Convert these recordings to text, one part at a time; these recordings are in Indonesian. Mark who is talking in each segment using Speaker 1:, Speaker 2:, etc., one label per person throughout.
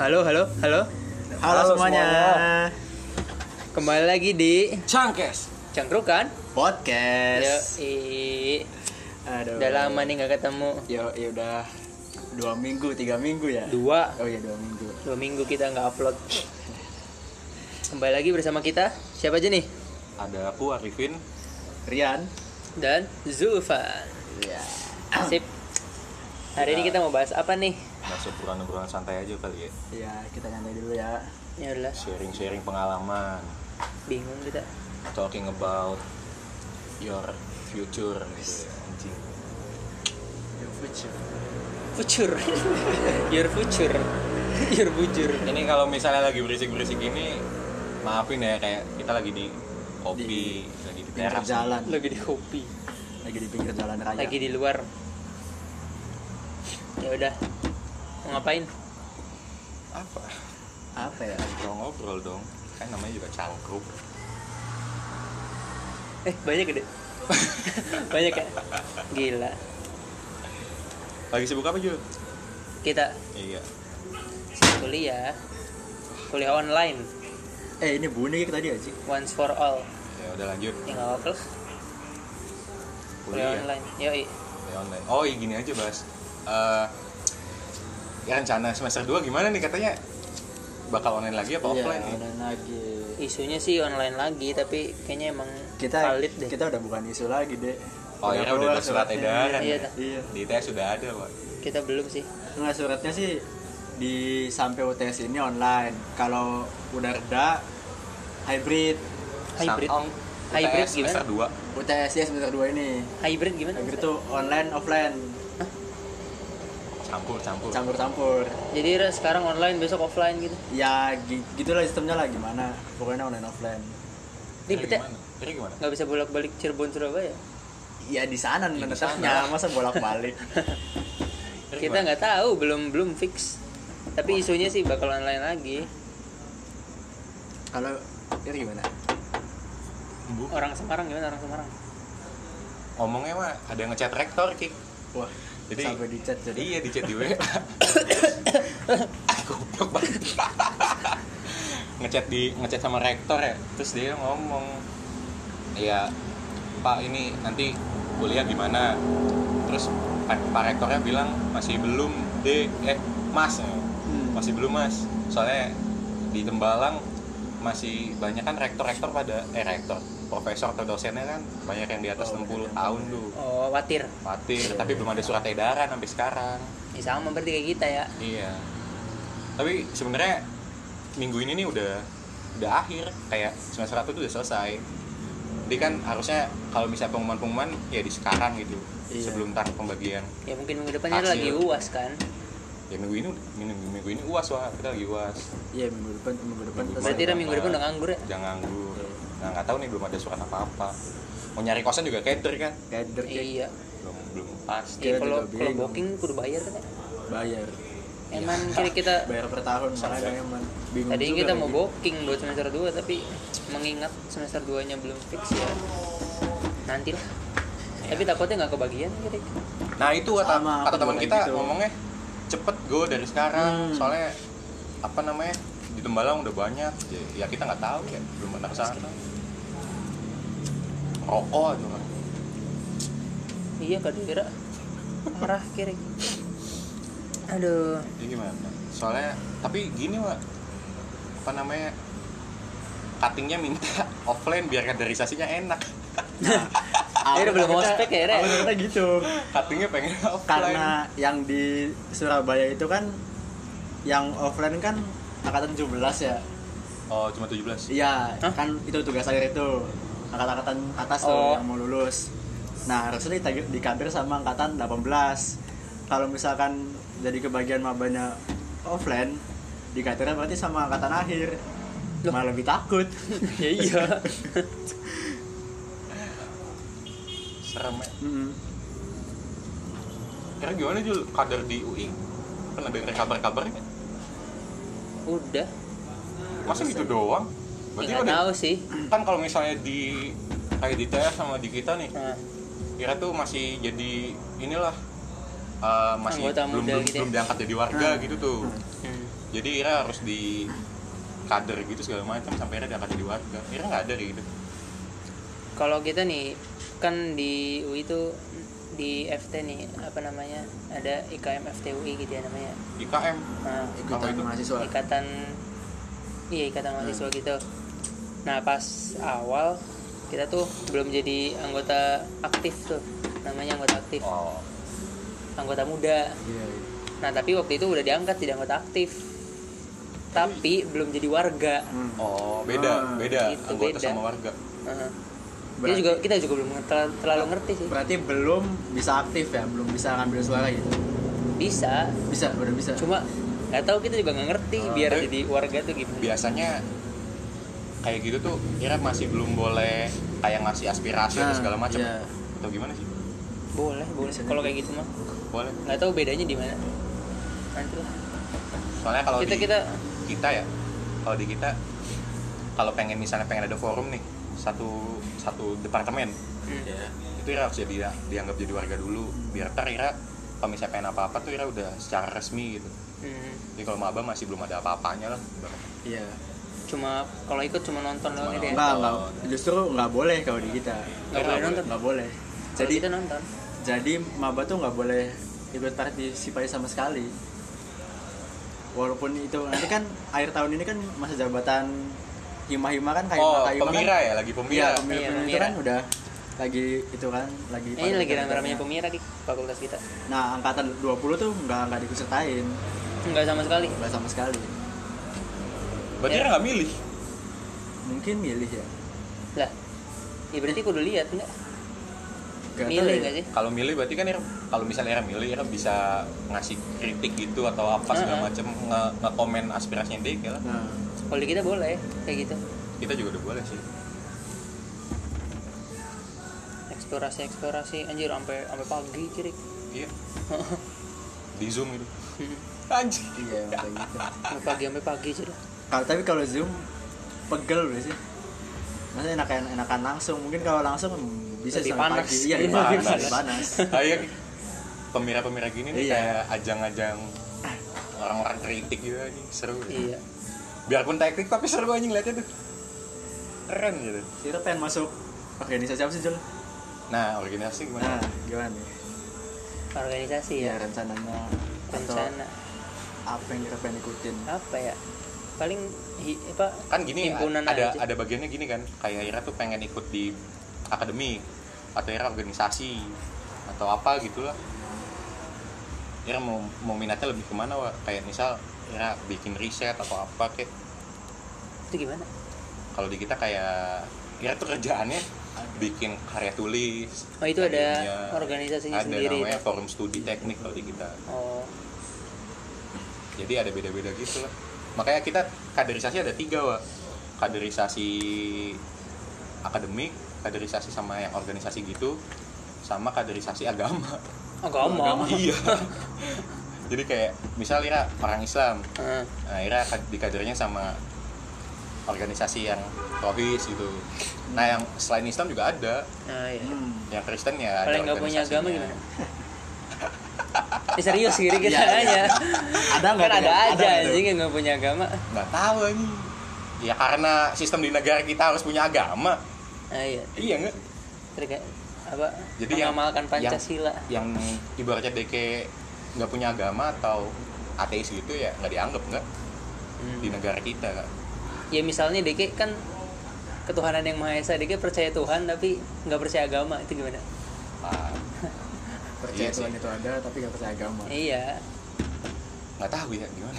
Speaker 1: Halo, halo, halo.
Speaker 2: Halo,
Speaker 3: Halo
Speaker 2: semuanya.
Speaker 3: semuanya.
Speaker 1: Kembali lagi di
Speaker 2: Cangkes.
Speaker 1: Cangkrukan.
Speaker 2: Iya.
Speaker 3: Podcast.
Speaker 1: Yoi.
Speaker 2: Aduh.
Speaker 1: Udah lama nih nggak ketemu.
Speaker 2: Ya, ya udah dua minggu, tiga minggu ya.
Speaker 1: Dua,
Speaker 2: Oh iya dua minggu.
Speaker 1: dua minggu kita nggak upload. Kembali lagi bersama kita. Siapa aja nih?
Speaker 4: ada aku Arifin
Speaker 2: Rian.
Speaker 1: Dan Zulfan.
Speaker 2: Iya.
Speaker 1: Sip. Hari ini kita mau bahas apa nih?
Speaker 4: masih obrolan-obrolan santai aja kali ya
Speaker 2: Iya, kita nyantai dulu ya.
Speaker 1: Ya udah,
Speaker 4: sharing-sharing pengalaman
Speaker 1: bingung kita.
Speaker 4: talking about your future gitu ya anjing
Speaker 1: Future. Your future. Your future.
Speaker 4: ini kalau misalnya lagi berisik-berisik ini maafin ya kayak kita lagi di kopi lagi di
Speaker 2: Pinggir
Speaker 4: teras
Speaker 2: jalan,
Speaker 1: Lagi di kopi.
Speaker 2: lagi di pinggir jalan raya.
Speaker 1: Lagi di luar. Ya udah. Mau ngapain?
Speaker 4: apa
Speaker 2: apa ya?
Speaker 4: ngobrol ngobrol dong kan namanya juga cangkruk
Speaker 1: Eh, banyak gede. banyak ya? Gila.
Speaker 4: lagi sibuk apa Jul?
Speaker 1: Kita
Speaker 4: iya
Speaker 1: kuliah. Kuliah online.
Speaker 2: Eh ini bunyi kayak tadi aja.
Speaker 1: Once for all.
Speaker 4: ya udah lanjut
Speaker 1: Ya nggak apa-apa. lah, Kuliah
Speaker 4: kuliah
Speaker 1: online. Yoi.
Speaker 4: kuliah online oh iya gini aja bahas Eh, ya rencana semester 2 gimana nih katanya bakal online lagi
Speaker 1: Iya.
Speaker 4: apa offline nih?
Speaker 2: dan Iya, lagi.
Speaker 1: Isunya sih online lagi, tapi kayaknya emang
Speaker 2: Kita
Speaker 1: valid deh.
Speaker 2: kita udah bukan isu lagi, Dek.
Speaker 4: Oh, iya, udah
Speaker 2: keluar
Speaker 4: ada surat
Speaker 2: suratnya.
Speaker 4: edaran
Speaker 1: Iya,
Speaker 4: ya?
Speaker 1: dah.
Speaker 2: Iya.
Speaker 4: Di ITS sudah ada, Pak.
Speaker 1: Kita belum sih.
Speaker 2: Enggak suratnya sih di sampai UTS ini online. Kalau udah reda hybrid
Speaker 1: Hybrid.
Speaker 4: Samong.
Speaker 1: Hybrid
Speaker 4: ITS
Speaker 1: gimana?
Speaker 4: semester 2.
Speaker 2: UTS ya semester 2 ini.
Speaker 1: Hybrid gimana?
Speaker 2: Hybrid tuh online offline
Speaker 4: Campur, campur.
Speaker 2: campur-campur.
Speaker 1: Jadi Ra, sekarang online, besok offline gitu.
Speaker 2: Ya gi- gitulah sistemnya lah gimana. Pokoknya online offline.
Speaker 1: Ribet ya?
Speaker 4: Kira gimana?
Speaker 1: Nggak bisa bolak-balik Cirebon Surabaya.
Speaker 2: Ya di sana
Speaker 4: sana.
Speaker 2: menetapnya masa bolak-balik.
Speaker 4: Kira
Speaker 1: Kita nggak tahu, belum belum fix. Tapi isunya sih bakal online lagi.
Speaker 2: Kalau itu gimana?
Speaker 4: Bu,
Speaker 1: Orang Semarang gimana orang Semarang?
Speaker 4: Ngomongnya mah ada yang ngechat rektor, Ki.
Speaker 2: Wah,
Speaker 4: Jadi
Speaker 2: sampai di chat jadi.
Speaker 4: Iya, di chat di WA. Goblok banget. ngechat di ngechat sama rektor ya. Terus dia ngomong, "Iya, Pak, ini nanti kuliah gimana?" Terus Pak, Pak rektornya bilang, "Masih belum, Dek." Eh, Mas. Masih belum, Mas. Soalnya di Tembalang masih banyak kan rektor-rektor pada eh rektor, profesor atau dosennya kan banyak yang di atas
Speaker 2: Oh,
Speaker 4: 60
Speaker 2: banyak yang
Speaker 4: tahun tuh.
Speaker 1: Oh, Watir.
Speaker 4: Patir, tapi belum ada surat edaran sampai sekarang.
Speaker 1: Ya sama berarti kayak kita ya.
Speaker 4: Iya. Tapi sebenarnya minggu ini nih udah udah akhir, kayak semester 1 tuh udah selesai. Jadi kan harusnya kalau misalnya pengumuman-pengumuman ya di sekarang gitu,
Speaker 2: Iya.
Speaker 4: sebelum target pembagian.
Speaker 1: Ya mungkin minggu depannya
Speaker 4: Hasil.
Speaker 1: lagi uas kan.
Speaker 4: Ya minggu ini minggu, minggu ini uas wah kita lagi uas.
Speaker 2: Iya minggu depan minggu depan
Speaker 4: Minggu
Speaker 2: terus
Speaker 1: Berarti
Speaker 4: Mantap,
Speaker 1: Ra, minggu depan
Speaker 4: Pak.
Speaker 1: udah nganggur ya?
Speaker 4: Jangan nganggur. Nah nggak tahu nih belum ada surat apa-apa. Mau nyari kosan juga cater kan?
Speaker 2: kader kayak
Speaker 1: Iya.
Speaker 4: Belum belum pasti.
Speaker 1: Iya
Speaker 2: Kita
Speaker 1: kalau
Speaker 2: juga
Speaker 1: kalau
Speaker 2: bingung.
Speaker 1: booking kudu bayar kan. ya?
Speaker 2: bayar.
Speaker 1: Emang kira kita
Speaker 2: Bayar per tahun makanya emang bingung
Speaker 1: tadi
Speaker 2: juga
Speaker 1: kita
Speaker 2: kayak
Speaker 1: mau
Speaker 2: gitu.
Speaker 1: booking buat semester 2 tapi mengingat semester 2-nya belum fix ya. Nantilah. Tapi takutnya nggak kebagian kira
Speaker 4: Nah itu kata,
Speaker 2: Sama, aku
Speaker 4: kata
Speaker 2: juga
Speaker 4: teman
Speaker 2: kayak
Speaker 4: kita
Speaker 2: gitu.
Speaker 4: ngomongnya cepet go dari sekarang
Speaker 2: Hmm.
Speaker 4: soalnya apa namanya di Tembalang udah banyak Ya- ya kita nggak tahu ya belum pernah kesana rokok aja kan
Speaker 1: Iya kak Dira. Parah kira. Aduh.
Speaker 2: Ya,
Speaker 4: jadi gimana soalnya tapi gini Wak apa namanya cuttingnya minta offline biar kaderisasinya enak
Speaker 1: Akhirnya belum
Speaker 2: Awalnya
Speaker 1: ospek ya, Re?
Speaker 2: awalnya kita gitu.
Speaker 4: cuttingnya pengen offline
Speaker 2: Karena yang di Surabaya itu kan yang offline kan angkatan 17 ya.
Speaker 4: oh cuma 17
Speaker 2: Iya,
Speaker 1: Hah?
Speaker 2: kan itu tugas akhir itu angkatan-angkatan atas
Speaker 1: Oh.
Speaker 2: tuh yang mau lulus. Nah harusnya ditagi- di kader sama angkatan 18. Kalau misalkan jadi kebagian mabanya offline, di kadernya berarti sama angkatan akhir.
Speaker 1: Loh.
Speaker 2: Malah lebih takut.
Speaker 1: ya iya.
Speaker 4: serem ya
Speaker 2: Mm-mm.
Speaker 4: kira gimana Jul kader di UI pernah denger kabar-kabarnya
Speaker 1: Udah.
Speaker 4: masa gitu doang
Speaker 1: Ya,
Speaker 4: berarti
Speaker 1: nggak
Speaker 4: udah
Speaker 1: tahu sih.
Speaker 4: kan kalau misalnya di kayak di TR sama di kita nih
Speaker 1: Nah,
Speaker 4: kira tuh masih jadi inilah eh, masih
Speaker 1: Anggota
Speaker 4: belum
Speaker 1: muda
Speaker 4: belum,
Speaker 1: gitu ya.
Speaker 4: belum diangkat jadi warga gitu tuh
Speaker 1: hmm.
Speaker 4: jadi Ira harus di kader gitu segala macam sampai Ira diangkat jadi warga Ira nggak ada kayak gitu
Speaker 1: Kalau kita nih kan di UI itu di FT nih apa namanya ada IKM FTUI gitu ya namanya.
Speaker 4: IKM
Speaker 2: Ah.
Speaker 1: Nah,
Speaker 4: Apa
Speaker 2: ikutan
Speaker 4: itu?
Speaker 2: mahasiswa
Speaker 1: ikatan iya ikatan mahasiswa gitu. Nah pas awal kita tuh belum jadi anggota aktif tuh namanya anggota aktif
Speaker 4: oh
Speaker 1: anggota muda.
Speaker 2: Iya, iya.
Speaker 1: Nah tapi waktu itu udah diangkat jadi anggota aktif tapi belum jadi warga.
Speaker 2: Hmm.
Speaker 4: oh
Speaker 2: Ah.
Speaker 4: beda beda
Speaker 1: Itu
Speaker 4: anggota
Speaker 1: Gitu, beda.
Speaker 4: sama warga
Speaker 1: Heeh. Kita
Speaker 2: Berarti-
Speaker 1: juga kita juga belum terlalu, terlalu ngerti sih.
Speaker 2: berarti belum bisa aktif ya belum bisa ngambil suara gitu
Speaker 1: Bisa,
Speaker 2: bisa udah bisa
Speaker 1: cuma nggak tahu kita juga nggak ngerti
Speaker 2: Oh,
Speaker 1: biar
Speaker 4: tapi-
Speaker 1: jadi warga tuh gimana.
Speaker 4: Iya. biasanya kayak gitu tuh Ira masih belum boleh kayak ngasih aspirasi atau
Speaker 2: Nah,
Speaker 4: segala macam
Speaker 2: iya.
Speaker 4: atau gimana sih
Speaker 1: Boleh, boleh.
Speaker 2: Biasanya
Speaker 1: Kalau kayak gitu mah
Speaker 4: boleh
Speaker 1: nggak tahu bedanya di mana. Nanti lah.
Speaker 4: soalnya kalau
Speaker 1: Kita-
Speaker 4: di
Speaker 1: kita-
Speaker 4: kita ya kalau di kita kalau pengen misalnya pengen ada forum nih satu satu departemen
Speaker 1: Hmm.
Speaker 2: Iya.
Speaker 4: itu Ira harus jadi dianggap jadi warga dulu biar ntar Ira kalau misalnya pengen apa-apa tuh Ira udah secara resmi gitu
Speaker 1: Hmm.
Speaker 4: jadi kalau maba masih belum ada apa-apanya lah
Speaker 2: iya
Speaker 1: Cuma kalau ikut cuma nonton doang
Speaker 4: Cuma
Speaker 1: deh.
Speaker 4: nonton.
Speaker 2: nggak nggak justru nggak boleh kalau di kita
Speaker 1: Nggak boleh
Speaker 4: Nggak
Speaker 1: nonton.
Speaker 2: nggak boleh
Speaker 1: Jadi
Speaker 2: jadi
Speaker 1: kita nonton.
Speaker 2: jadi maba tuh nggak boleh ikut partisipasi sama sekali walaupun itu nanti kan akhir tahun ini kan masa jabatan hima-hima kan kayak
Speaker 4: oh
Speaker 2: kayak
Speaker 4: pemira ya lagi
Speaker 2: kan, iya
Speaker 4: pemira
Speaker 2: pemira,
Speaker 1: Iya,
Speaker 2: pemira itu
Speaker 1: pemira.
Speaker 2: kan udah lagi itu kan lagi
Speaker 1: Eh, ini lagi
Speaker 2: pada-
Speaker 1: rame-ramenya pemirsa di fakultas kita.
Speaker 2: nah angkatan 20 tuh nggak nggak dikusertain
Speaker 1: Nggak sama sekali.
Speaker 2: nggak sama sekali
Speaker 4: berarti
Speaker 1: Iya.
Speaker 4: Ira nggak milih
Speaker 2: mungkin milih ya
Speaker 1: Lah. Ya berarti kudu lihat enggak?
Speaker 2: Nggak tahu
Speaker 1: Milih
Speaker 2: ya.
Speaker 1: nggak sih?
Speaker 4: kalau milih berarti kan Ira kalau misalnya Ira milih Ira bisa ngasih kritik gitu atau apa segala
Speaker 1: Heeh.
Speaker 4: macam nge, komen aspirasinya dia kayak lah
Speaker 2: nah
Speaker 1: Kalau di kita boleh kayak gitu.
Speaker 4: kita juga udah boleh sih
Speaker 1: Eksplorasi eksplorasi anjir sampai sampai pagi kiri.
Speaker 4: iya di zoom gitu
Speaker 1: Hmm.
Speaker 4: anjir
Speaker 2: iya emang kayak gitu
Speaker 1: Sampai pagi sampai pagi jadi.
Speaker 2: kalau tapi kalau zoom pegel udah sih maksudnya enakan enakan langsung mungkin kalau langsung hmm, bisa
Speaker 1: Lebih
Speaker 2: sampai
Speaker 1: panas.
Speaker 2: pagi iya
Speaker 1: Lebih
Speaker 2: lebih panas
Speaker 4: panas.
Speaker 2: lebih panas
Speaker 4: kayak Oh, iya. pemira-pemira gini nih
Speaker 2: Iya.
Speaker 4: kayak ajang-ajang orang-orang kritik gitu anjing seru ya.
Speaker 1: Iya.
Speaker 4: biarpun teknik tapi seru anjing liatnya tuh keren gitu
Speaker 2: kita pengen masuk organisasi apa sih Jul?
Speaker 4: nah organisasi
Speaker 2: nah
Speaker 4: gimana
Speaker 2: gimana
Speaker 1: Iya.
Speaker 2: nih
Speaker 1: Organisasi ya.
Speaker 2: iya rencananya atau
Speaker 1: rencana
Speaker 2: apa yang kita pengen ikutin
Speaker 1: apa ya paling hi, apa
Speaker 4: kan gini a-
Speaker 1: himpunan
Speaker 4: ada
Speaker 1: aja.
Speaker 4: ada bagiannya gini kan kayak Ira tuh pengen ikut di akademi atau Ira organisasi atau apa gitu lah Ira mau, mau minatnya lebih kemana wa kayak misal Ira bikin riset atau apa kayak
Speaker 1: itu gimana
Speaker 4: kalau di kita kayak Ira tuh kerjaannya bikin karya tulis
Speaker 1: Oh, itu ada
Speaker 4: akhirnya
Speaker 1: organisasinya
Speaker 4: ada
Speaker 1: sendiri,
Speaker 4: namanya
Speaker 1: itu?
Speaker 4: forum studi teknik kalau di kita
Speaker 1: oh
Speaker 4: jadi ada beda-beda gitu lah makanya kita kaderisasi ada tiga wa kaderisasi akademik kaderisasi sama yang organisasi gitu sama kaderisasi agama
Speaker 1: agama Ah,
Speaker 4: iya jadi kayak misal Ira orang Islam
Speaker 1: Heeh.
Speaker 4: nah Ira kad- di kadernya sama organisasi yang rohis gitu nah yang selain Islam juga ada
Speaker 1: nah, iya.
Speaker 2: hmm.
Speaker 4: yang Kristen
Speaker 1: kalau
Speaker 4: ya ada
Speaker 1: yang nggak punya agama
Speaker 4: organisasinya.
Speaker 1: gimana Eh, serius kiri kita
Speaker 2: Iya, iya.
Speaker 1: aja
Speaker 2: ada nggak
Speaker 1: kan
Speaker 2: tuh
Speaker 1: ada
Speaker 2: yang-
Speaker 1: aja
Speaker 2: nggak tuh?
Speaker 1: anjing yang nggak punya agama
Speaker 4: nggak tahu ini ya karena sistem di negara kita harus punya agama
Speaker 1: nah, iya
Speaker 4: iya nggak
Speaker 1: terkait apa
Speaker 4: Jadi
Speaker 1: jadi
Speaker 4: yang-
Speaker 1: mengamalkan
Speaker 4: yang-
Speaker 1: pancasila
Speaker 4: yang ibaratnya DK nggak punya agama atau ateis gitu ya nggak dianggap nggak
Speaker 1: Hmm.
Speaker 4: di negara kita kan
Speaker 1: ya misalnya Deke kan ketuhanan yang maha esa Deke percaya Tuhan tapi nggak percaya agama itu gimana
Speaker 4: Ah,
Speaker 2: percaya
Speaker 4: Iya sih.
Speaker 2: Tuhan itu ada tapi nggak percaya agama
Speaker 1: iya
Speaker 4: nggak tahu ya gimana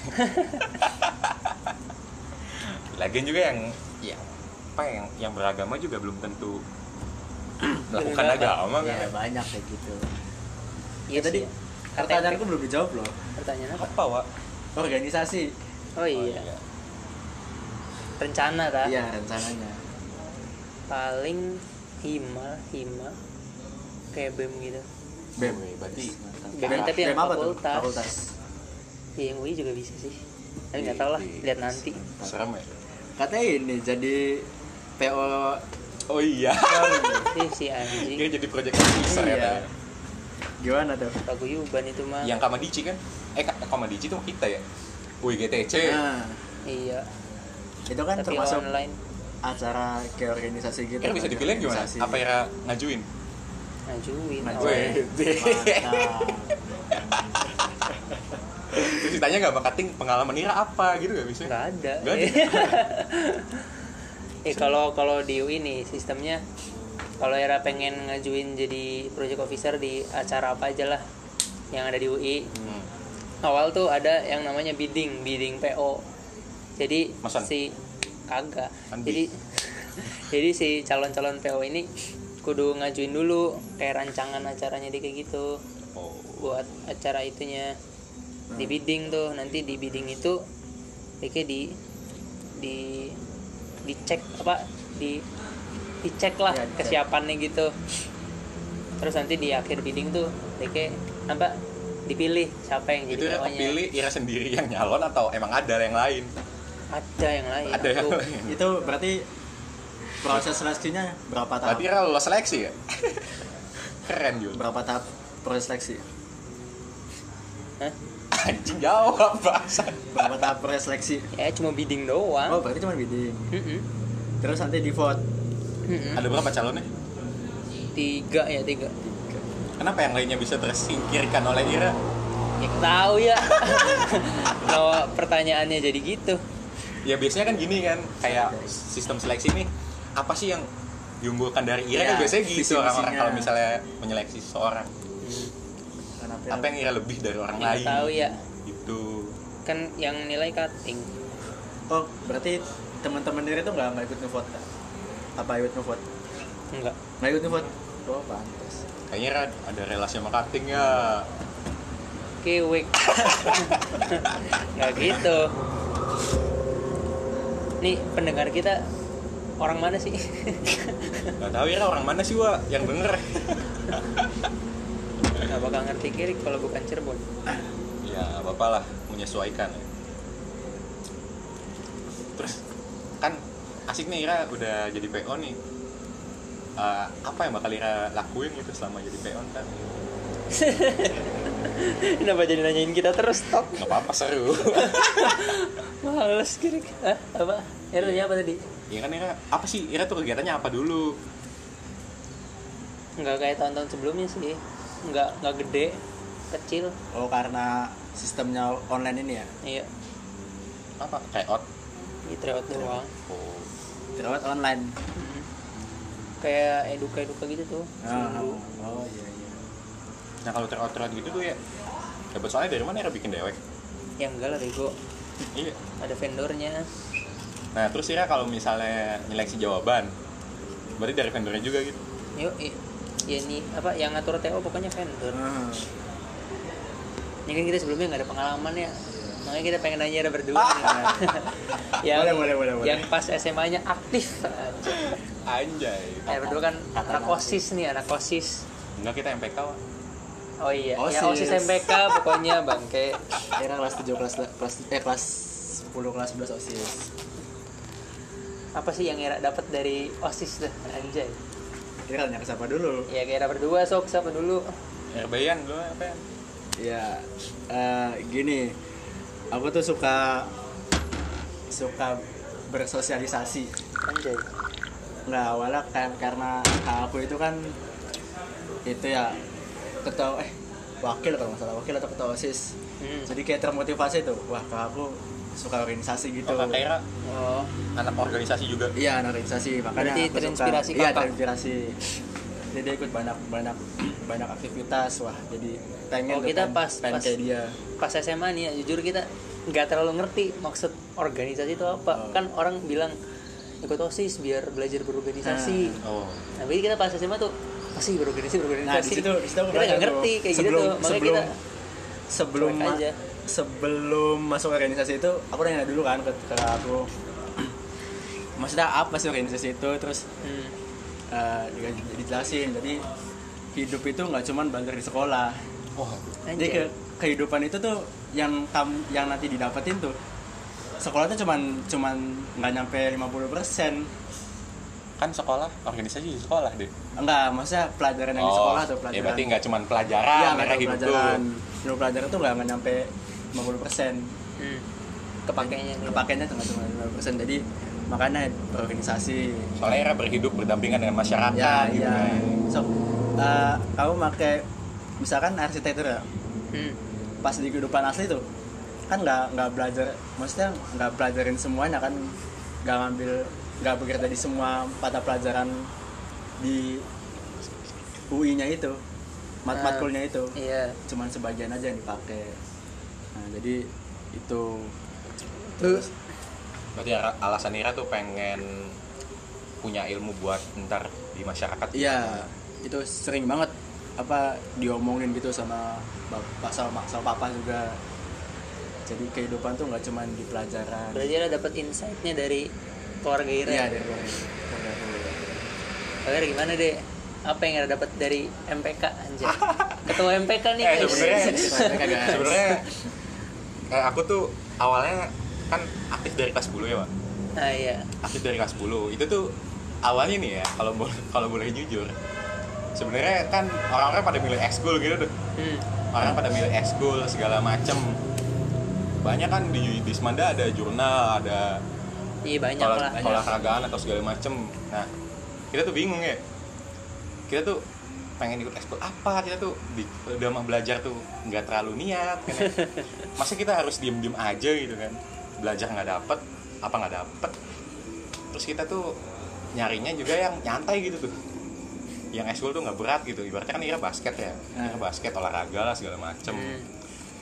Speaker 4: lagian juga yang ya apa yang yang beragama juga belum tentu melakukan
Speaker 1: Beragama.
Speaker 4: agama
Speaker 2: ya
Speaker 4: kan
Speaker 2: banyak kayak gitu
Speaker 1: iya
Speaker 2: tadi
Speaker 1: sih ya.
Speaker 2: pertanyaanku belum dijawab loh
Speaker 1: pertanyaan apa
Speaker 4: apa wa
Speaker 2: organisasi
Speaker 1: oh iya, rencana tak
Speaker 2: iya rencananya
Speaker 1: paling hima hima kayak bem gitu
Speaker 2: BEM
Speaker 4: Wih, berarti
Speaker 1: BEM
Speaker 2: BEM
Speaker 1: tapi yang
Speaker 2: BEM apa tuh?
Speaker 1: fakultas.
Speaker 2: fakultas
Speaker 1: ya yang UI juga bisa sih tapi nggak
Speaker 4: Di-
Speaker 1: tahu lah
Speaker 4: di-
Speaker 1: lihat nanti
Speaker 4: serem ya
Speaker 2: katanya ini jadi PO
Speaker 4: oh iya
Speaker 1: Ih, si anjing
Speaker 4: dia jadi project officer ya
Speaker 2: Iya.
Speaker 4: Pak.
Speaker 2: gimana tuh
Speaker 1: paguyuban itu mah
Speaker 4: Iya. yang Kamadici kan eh Ka- Kamadici tuh kita ya UIGTC
Speaker 2: Nah,
Speaker 1: iya
Speaker 2: itu kan
Speaker 1: tapi
Speaker 2: termasuk
Speaker 1: online
Speaker 2: acara kayak organisasi gitu.
Speaker 4: kan bisa dipilih gimana
Speaker 2: organisasi.
Speaker 4: apa era ngajuin
Speaker 1: ngajuin Iya.
Speaker 2: Ngajuin.
Speaker 1: awalnya.
Speaker 2: Mantap.
Speaker 4: terus ditanya nggak makating pengalaman Ira apa gitu gak bisa
Speaker 1: nggak ada
Speaker 4: Nggak ada.
Speaker 1: eh kalau kalau di UI nih sistemnya kalau era pengen ngajuin jadi project officer di acara apa aja lah yang ada di UI
Speaker 4: Hmm.
Speaker 1: awal tuh ada yang namanya bidding bidding PO jadi
Speaker 4: Mesen?
Speaker 1: si kagak
Speaker 4: Andi.
Speaker 1: jadi jadi si calon-calon PO ini kudu ngajuin dulu kayak rancangan acaranya di kayak gitu
Speaker 4: oh
Speaker 1: buat acara itunya
Speaker 4: Hmm.
Speaker 1: di bidding tuh nanti di bidding itu kayak di di dicek apa di dicek lah
Speaker 2: Ya, dicek.
Speaker 1: kesiapannya gitu terus nanti di akhir bidding tuh kayak apa dipilih siapa yang jadi
Speaker 4: itu yang gitu ya.
Speaker 1: PO-nya.
Speaker 4: kepilih Ira sendiri yang nyalon atau emang ada yang lain
Speaker 1: ada yang lain
Speaker 4: ada yang
Speaker 1: Aku-
Speaker 4: lain
Speaker 2: Nah, itu berarti proses seleksinya berapa tahap?
Speaker 4: tapi Ira lolos seleksi ya keren Jul
Speaker 2: Berapa tahap proses seleksi?
Speaker 1: Hah?
Speaker 4: anjing jawab bahasa
Speaker 2: Berapa tahap proses seleksi?
Speaker 1: ya cuma bidding doang
Speaker 2: Oh, berarti cuma bidding.
Speaker 1: Mm-mm.
Speaker 2: Terus nanti di vote.
Speaker 1: Mm-mm.
Speaker 4: ada berapa calonnya
Speaker 1: tiga ya tiga
Speaker 4: kenapa yang lainnya bisa tersingkirkan oleh Ira
Speaker 1: ya tahu ya kalau pertanyaannya jadi gitu
Speaker 4: ya biasanya kan gini kan kayak sistem seleksi nih apa sih yang diunggulkan dari Ira
Speaker 2: Iya,
Speaker 4: kan biasanya gitu
Speaker 2: visi-misinya.
Speaker 4: orang-orang kalau misalnya menyeleksi seseorang
Speaker 2: Kenapa?
Speaker 4: apa yang Ira lebih dari orang
Speaker 1: Nggak
Speaker 4: lain
Speaker 1: tahu ya
Speaker 4: gitu
Speaker 1: kan yang nilai cutting
Speaker 2: Oh, berarti teman-teman diri itu nggak nggak ikut ngevote? Apa ikut ngevote?
Speaker 1: enggak
Speaker 2: Nggak ikut ngevote? Oh, pantas.
Speaker 4: kayaknya Ira ada relasi sama cutting ya
Speaker 1: kewek nggak gitu nih pendengar kita orang mana sih
Speaker 4: nggak tahu Ira orang mana sih wa yang denger
Speaker 1: nggak bakal ngerti kiri kalau bukan Cirebon
Speaker 4: ya nggak apa-apa lah menyesuaikan ya. terus kan asik nih Ira udah jadi PO nih Eh, apa yang bakal Ira lakuin gitu selama jadi PO kan
Speaker 1: kenapa jadi nanyain kita terus stop
Speaker 4: nggak apa-apa seru
Speaker 1: males kiri Hah? apa ya lu nanya apa tadi
Speaker 4: Iya kan Ira, apa sih Ira tuh kegiatannya apa dulu?
Speaker 1: nggak kayak tahun-tahun sebelumnya sih nggak nggak gede kecil
Speaker 2: Oh, karena sistemnya online ini ya?
Speaker 1: iya
Speaker 4: Apa? Kayak out.
Speaker 1: di tryout doang
Speaker 4: Oh.
Speaker 2: Terawat online.
Speaker 1: kayak eduka eduka gitu tuh
Speaker 2: Oh,
Speaker 1: seminggu.
Speaker 2: oh iya iya.
Speaker 4: Nah kalau tryout tryout gitu tuh ya dapat soalnya dari mana Ira bikin dewek?
Speaker 1: ya enggak lah bego
Speaker 4: Iya.
Speaker 1: ada vendornya
Speaker 4: Nah terus Ira kalau misalnya nyeleksi jawaban, berarti dari vendornya juga gitu.
Speaker 1: yuk i- ya ini apa yang ngatur TO pokoknya vendor
Speaker 2: Ah.
Speaker 1: ya kan kita sebelumnya nggak ada pengalaman ya makanya kita pengen nanya ada berdua yang
Speaker 2: Boleh, boleh, boleh, boleh.
Speaker 1: yang pas SMA nya aktif aja.
Speaker 4: Anjay.
Speaker 1: Eh, berdua kan anak osis nih anak osis
Speaker 4: Enggak kita MPK Wak.
Speaker 1: oh iya
Speaker 2: Osis.
Speaker 1: ya osis MPK pokoknya bangke
Speaker 2: Era kelas 7 kelas la- kelas eh kelas 10 kelas 11 OSIS.
Speaker 1: apa sih yang Ira dapat dari osis tuh anjay
Speaker 2: Kita tanya ke siapa dulu?
Speaker 1: ya kayak berdua sok siapa dulu
Speaker 4: Erbayan dulu apa ya?
Speaker 2: Ya eh, gini. Aku tuh suka suka bersosialisasi.
Speaker 1: anjay
Speaker 2: Nggak awalnya kan karena aku itu kan itu ya ketua eh wakil kalau nggak salah wakil atau ketua OSIS.
Speaker 1: hmm.
Speaker 2: Jadi kayak termotivasi tuh. Wah, kalau aku suka organisasi gitu.
Speaker 4: Oh, kakak Ira
Speaker 1: oh
Speaker 4: anak organisasi juga.
Speaker 2: Iya anak organisasi makanya
Speaker 1: Berarti
Speaker 2: aku suka-
Speaker 1: terinspirasi
Speaker 2: Iya
Speaker 1: kakak.
Speaker 2: terinspirasi. Jadi ikut banyak banyak banyak aktivitas wah jadi
Speaker 1: Oh,
Speaker 2: pengen tuh,
Speaker 1: kita
Speaker 2: pengen-
Speaker 1: pas-
Speaker 2: pengen
Speaker 1: pas.
Speaker 2: kayak dia. Nah,
Speaker 1: pas SMA nih ya, jujur kita nggak terlalu ngerti maksud organisasi itu apa
Speaker 2: Oh.
Speaker 1: kan orang bilang ikut osis biar belajar berorganisasi
Speaker 4: Oh.
Speaker 1: nah jadi kita pas SMA tuh masih berorganisasi berorganisasi
Speaker 2: Hmm. Nah di situ di situ
Speaker 1: kita nggak
Speaker 2: aku belajar tuh,
Speaker 1: ngerti kayak
Speaker 2: sebelum,
Speaker 1: gitu tuh makanya
Speaker 2: sebelum
Speaker 1: kita
Speaker 2: sebelum
Speaker 1: cuek
Speaker 2: ma-
Speaker 1: aja.
Speaker 2: sebelum masuk organisasi itu aku nanya dulu kan ke kakak aku maksudnya apa sih organisasi itu terus
Speaker 1: hmm,
Speaker 2: eh, juga dijelasin jadi hidup itu nggak cuman belajar di sekolah
Speaker 4: Wah.
Speaker 2: Jadi
Speaker 1: anjay.
Speaker 2: ke- kehidupan itu tuh yang tam- yang nanti didapetin tuh sekolah tuh cuman cuman nggak nyampe 50
Speaker 4: Kan sekolah organisasi di sekolah deh.
Speaker 2: enggak maksudnya pelajaran yang di sekolah tuh pelajaran
Speaker 4: Ya berarti nggak cuma
Speaker 2: Iya,
Speaker 4: pelajaran,
Speaker 2: nggak
Speaker 4: Ira
Speaker 2: ada
Speaker 4: hidup
Speaker 2: pelajaran
Speaker 4: tuh.
Speaker 2: Hidup pelajaran tuh nggak nggak nyampe 50
Speaker 1: Hmm. kepakainya dulu.
Speaker 2: kepakainya cuma cuma 50% jadi makanya organisasi
Speaker 4: soalnya era berhidup berdampingan dengan masyarakat
Speaker 2: ya
Speaker 4: gitu
Speaker 2: ya
Speaker 4: kan.
Speaker 2: so eh, kamu pakai misalkan arsitektur ya
Speaker 1: Hmm.
Speaker 2: pas di kehidupan asli tuh kan nggak nggak belajar maksudnya nggak pelajarin semuanya kan nggak ngambil nggak bekerja di semua mata pelajaran di UI-nya itu mat
Speaker 1: Ah.
Speaker 2: matkulnya itu
Speaker 1: iya
Speaker 2: cuman sebagian aja yang dipakai nah, jadi itu
Speaker 1: terus
Speaker 4: berarti ara- alasan Ira tuh pengen punya ilmu buat ntar di masyarakat
Speaker 2: iya itu sering banget apa diomongin gitu sama bapak sama, sama papa juga jadi kehidupan tuh nggak cuman di pelajaran
Speaker 1: berarti ada dapat insight-nya dari keluarga Ira
Speaker 2: iya dari keluarga dulu.
Speaker 1: Agar gimana deh? Apa yang ada dapat dari MPK anjir? Ketua MPK nih.
Speaker 4: eh
Speaker 1: guys.
Speaker 4: sebenarnya
Speaker 2: Iya, Sebenarnya kagak.
Speaker 4: sebenarnya eh, aku tuh awalnya kan aktif dari kelas 10 ya Pak
Speaker 1: Nah, iya.
Speaker 4: aktif dari kelas 10 itu tuh awalnya nih ya kalau boleh kalau boleh jujur sebenarnya kan orang-orang pada milih ekskul gitu tuh
Speaker 1: Hmm.
Speaker 4: orang pada milih ekskul segala macem banyak kan di di Semanda ada jurnal ada
Speaker 1: Iya banyak
Speaker 4: olah-
Speaker 1: lah.
Speaker 4: olahragaan atau segala macem nah kita tuh bingung ya kita tuh pengen ikut ekskul apa kita tuh di, udah mah belajar tuh nggak terlalu niat kan ya. masa kita harus diem diem aja gitu kan belajar nggak dapet apa nggak dapet terus kita tuh nyarinya juga yang nyantai gitu tuh yang ekskul tuh nggak berat gitu ibaratnya kan Ira basket ya Ira basket olahraga lah segala macem
Speaker 1: Hmm.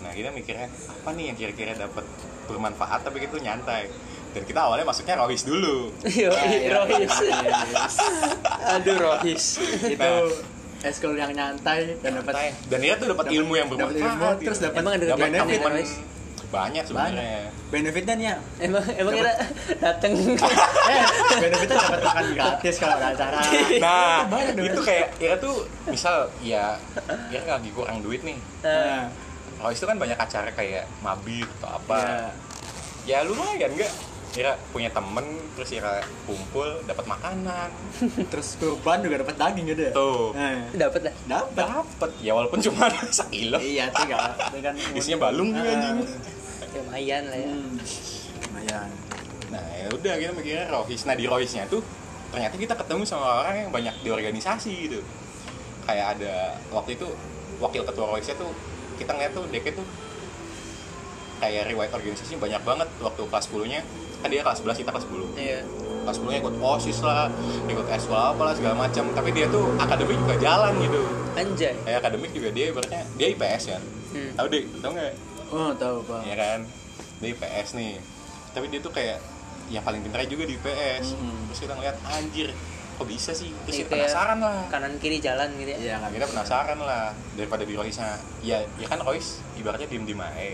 Speaker 4: nah kita mikirnya apa nih yang kira-kira dapat bermanfaat tapi itu nyantai dan kita awalnya masuknya rohis dulu
Speaker 1: Yo, Iya,
Speaker 2: Iya,
Speaker 1: Rohis. Aduh Rohis.
Speaker 2: itu eskul Nah. yang nyantai dan
Speaker 4: Nyantai.
Speaker 2: dapat
Speaker 4: dan Ira tuh dapat
Speaker 2: Dapat-
Speaker 4: ilmu yang
Speaker 2: dapat
Speaker 4: bermanfaat
Speaker 2: ilmu,
Speaker 4: gitu.
Speaker 2: terus dapat
Speaker 1: Emang ada
Speaker 4: dapat
Speaker 1: benefit,
Speaker 4: teman
Speaker 1: Rohis?
Speaker 4: banyak
Speaker 2: banyak
Speaker 4: sebenarnya
Speaker 2: benefitnya nih ya
Speaker 1: Emang emang kita dateng
Speaker 2: eh benefitnya dapat makan gratis kalau ada acara
Speaker 4: nah itu kayak Ira tuh misal ya Ira lagi kurang duit nih
Speaker 1: Iya.
Speaker 2: nah,
Speaker 4: rohis itu kan banyak acara kayak mabit atau apa
Speaker 2: ya,
Speaker 4: ya lumayan nggak Ira punya temen terus Ira kumpul dapat makanan
Speaker 2: terus kurban juga dapat daging gitu ya
Speaker 4: Tuh.
Speaker 2: nah,
Speaker 1: dapat lah.
Speaker 2: dapat
Speaker 4: dapat ya walaupun cuma sekilo
Speaker 2: iya tuh gak apa-apa kan
Speaker 4: Isinya balung juga,
Speaker 2: Ah,
Speaker 4: anjing.
Speaker 1: Ya, Lumayan lah ya.
Speaker 2: hmm. lumayan
Speaker 4: Nah ya udah kita mikirnya Rohis. Nah di Rohisnya tuh ternyata kita ketemu sama orang yang banyak di organisasi gitu. Kayak ada waktu itu wakil ketua Rohisnya tuh kita ngeliat tuh Deke tuh kayak riwayat organisasi banyak banget waktu kelas 10-nya kan dia kelas 11 kita kelas 10
Speaker 1: Iya.
Speaker 4: kelas 10 nya ikut OSIS lah ikut eskul apalah segala macam tapi dia tuh akademik juga jalan gitu
Speaker 1: Anjay.
Speaker 4: kayak akademik juga dia ibaratnya dia IPS kan
Speaker 1: Hmm.
Speaker 4: tahu deh tahu nggak
Speaker 2: oh tahu pak
Speaker 4: ya kan dia IPS nih tapi dia tuh kayak yang paling pintarnya juga di IPS
Speaker 2: Mm-mm.
Speaker 4: terus kita ngeliat anjir kok bisa sih terus
Speaker 1: Ini
Speaker 4: kita
Speaker 1: kayak
Speaker 4: penasaran lah
Speaker 1: Kanan kiri jalan gitu ya.
Speaker 2: iya
Speaker 4: Nah,
Speaker 2: nggak
Speaker 4: kita
Speaker 2: bisa.
Speaker 4: penasaran lah daripada di Royce-nya ya ya kan Royce ibaratnya diem diem aja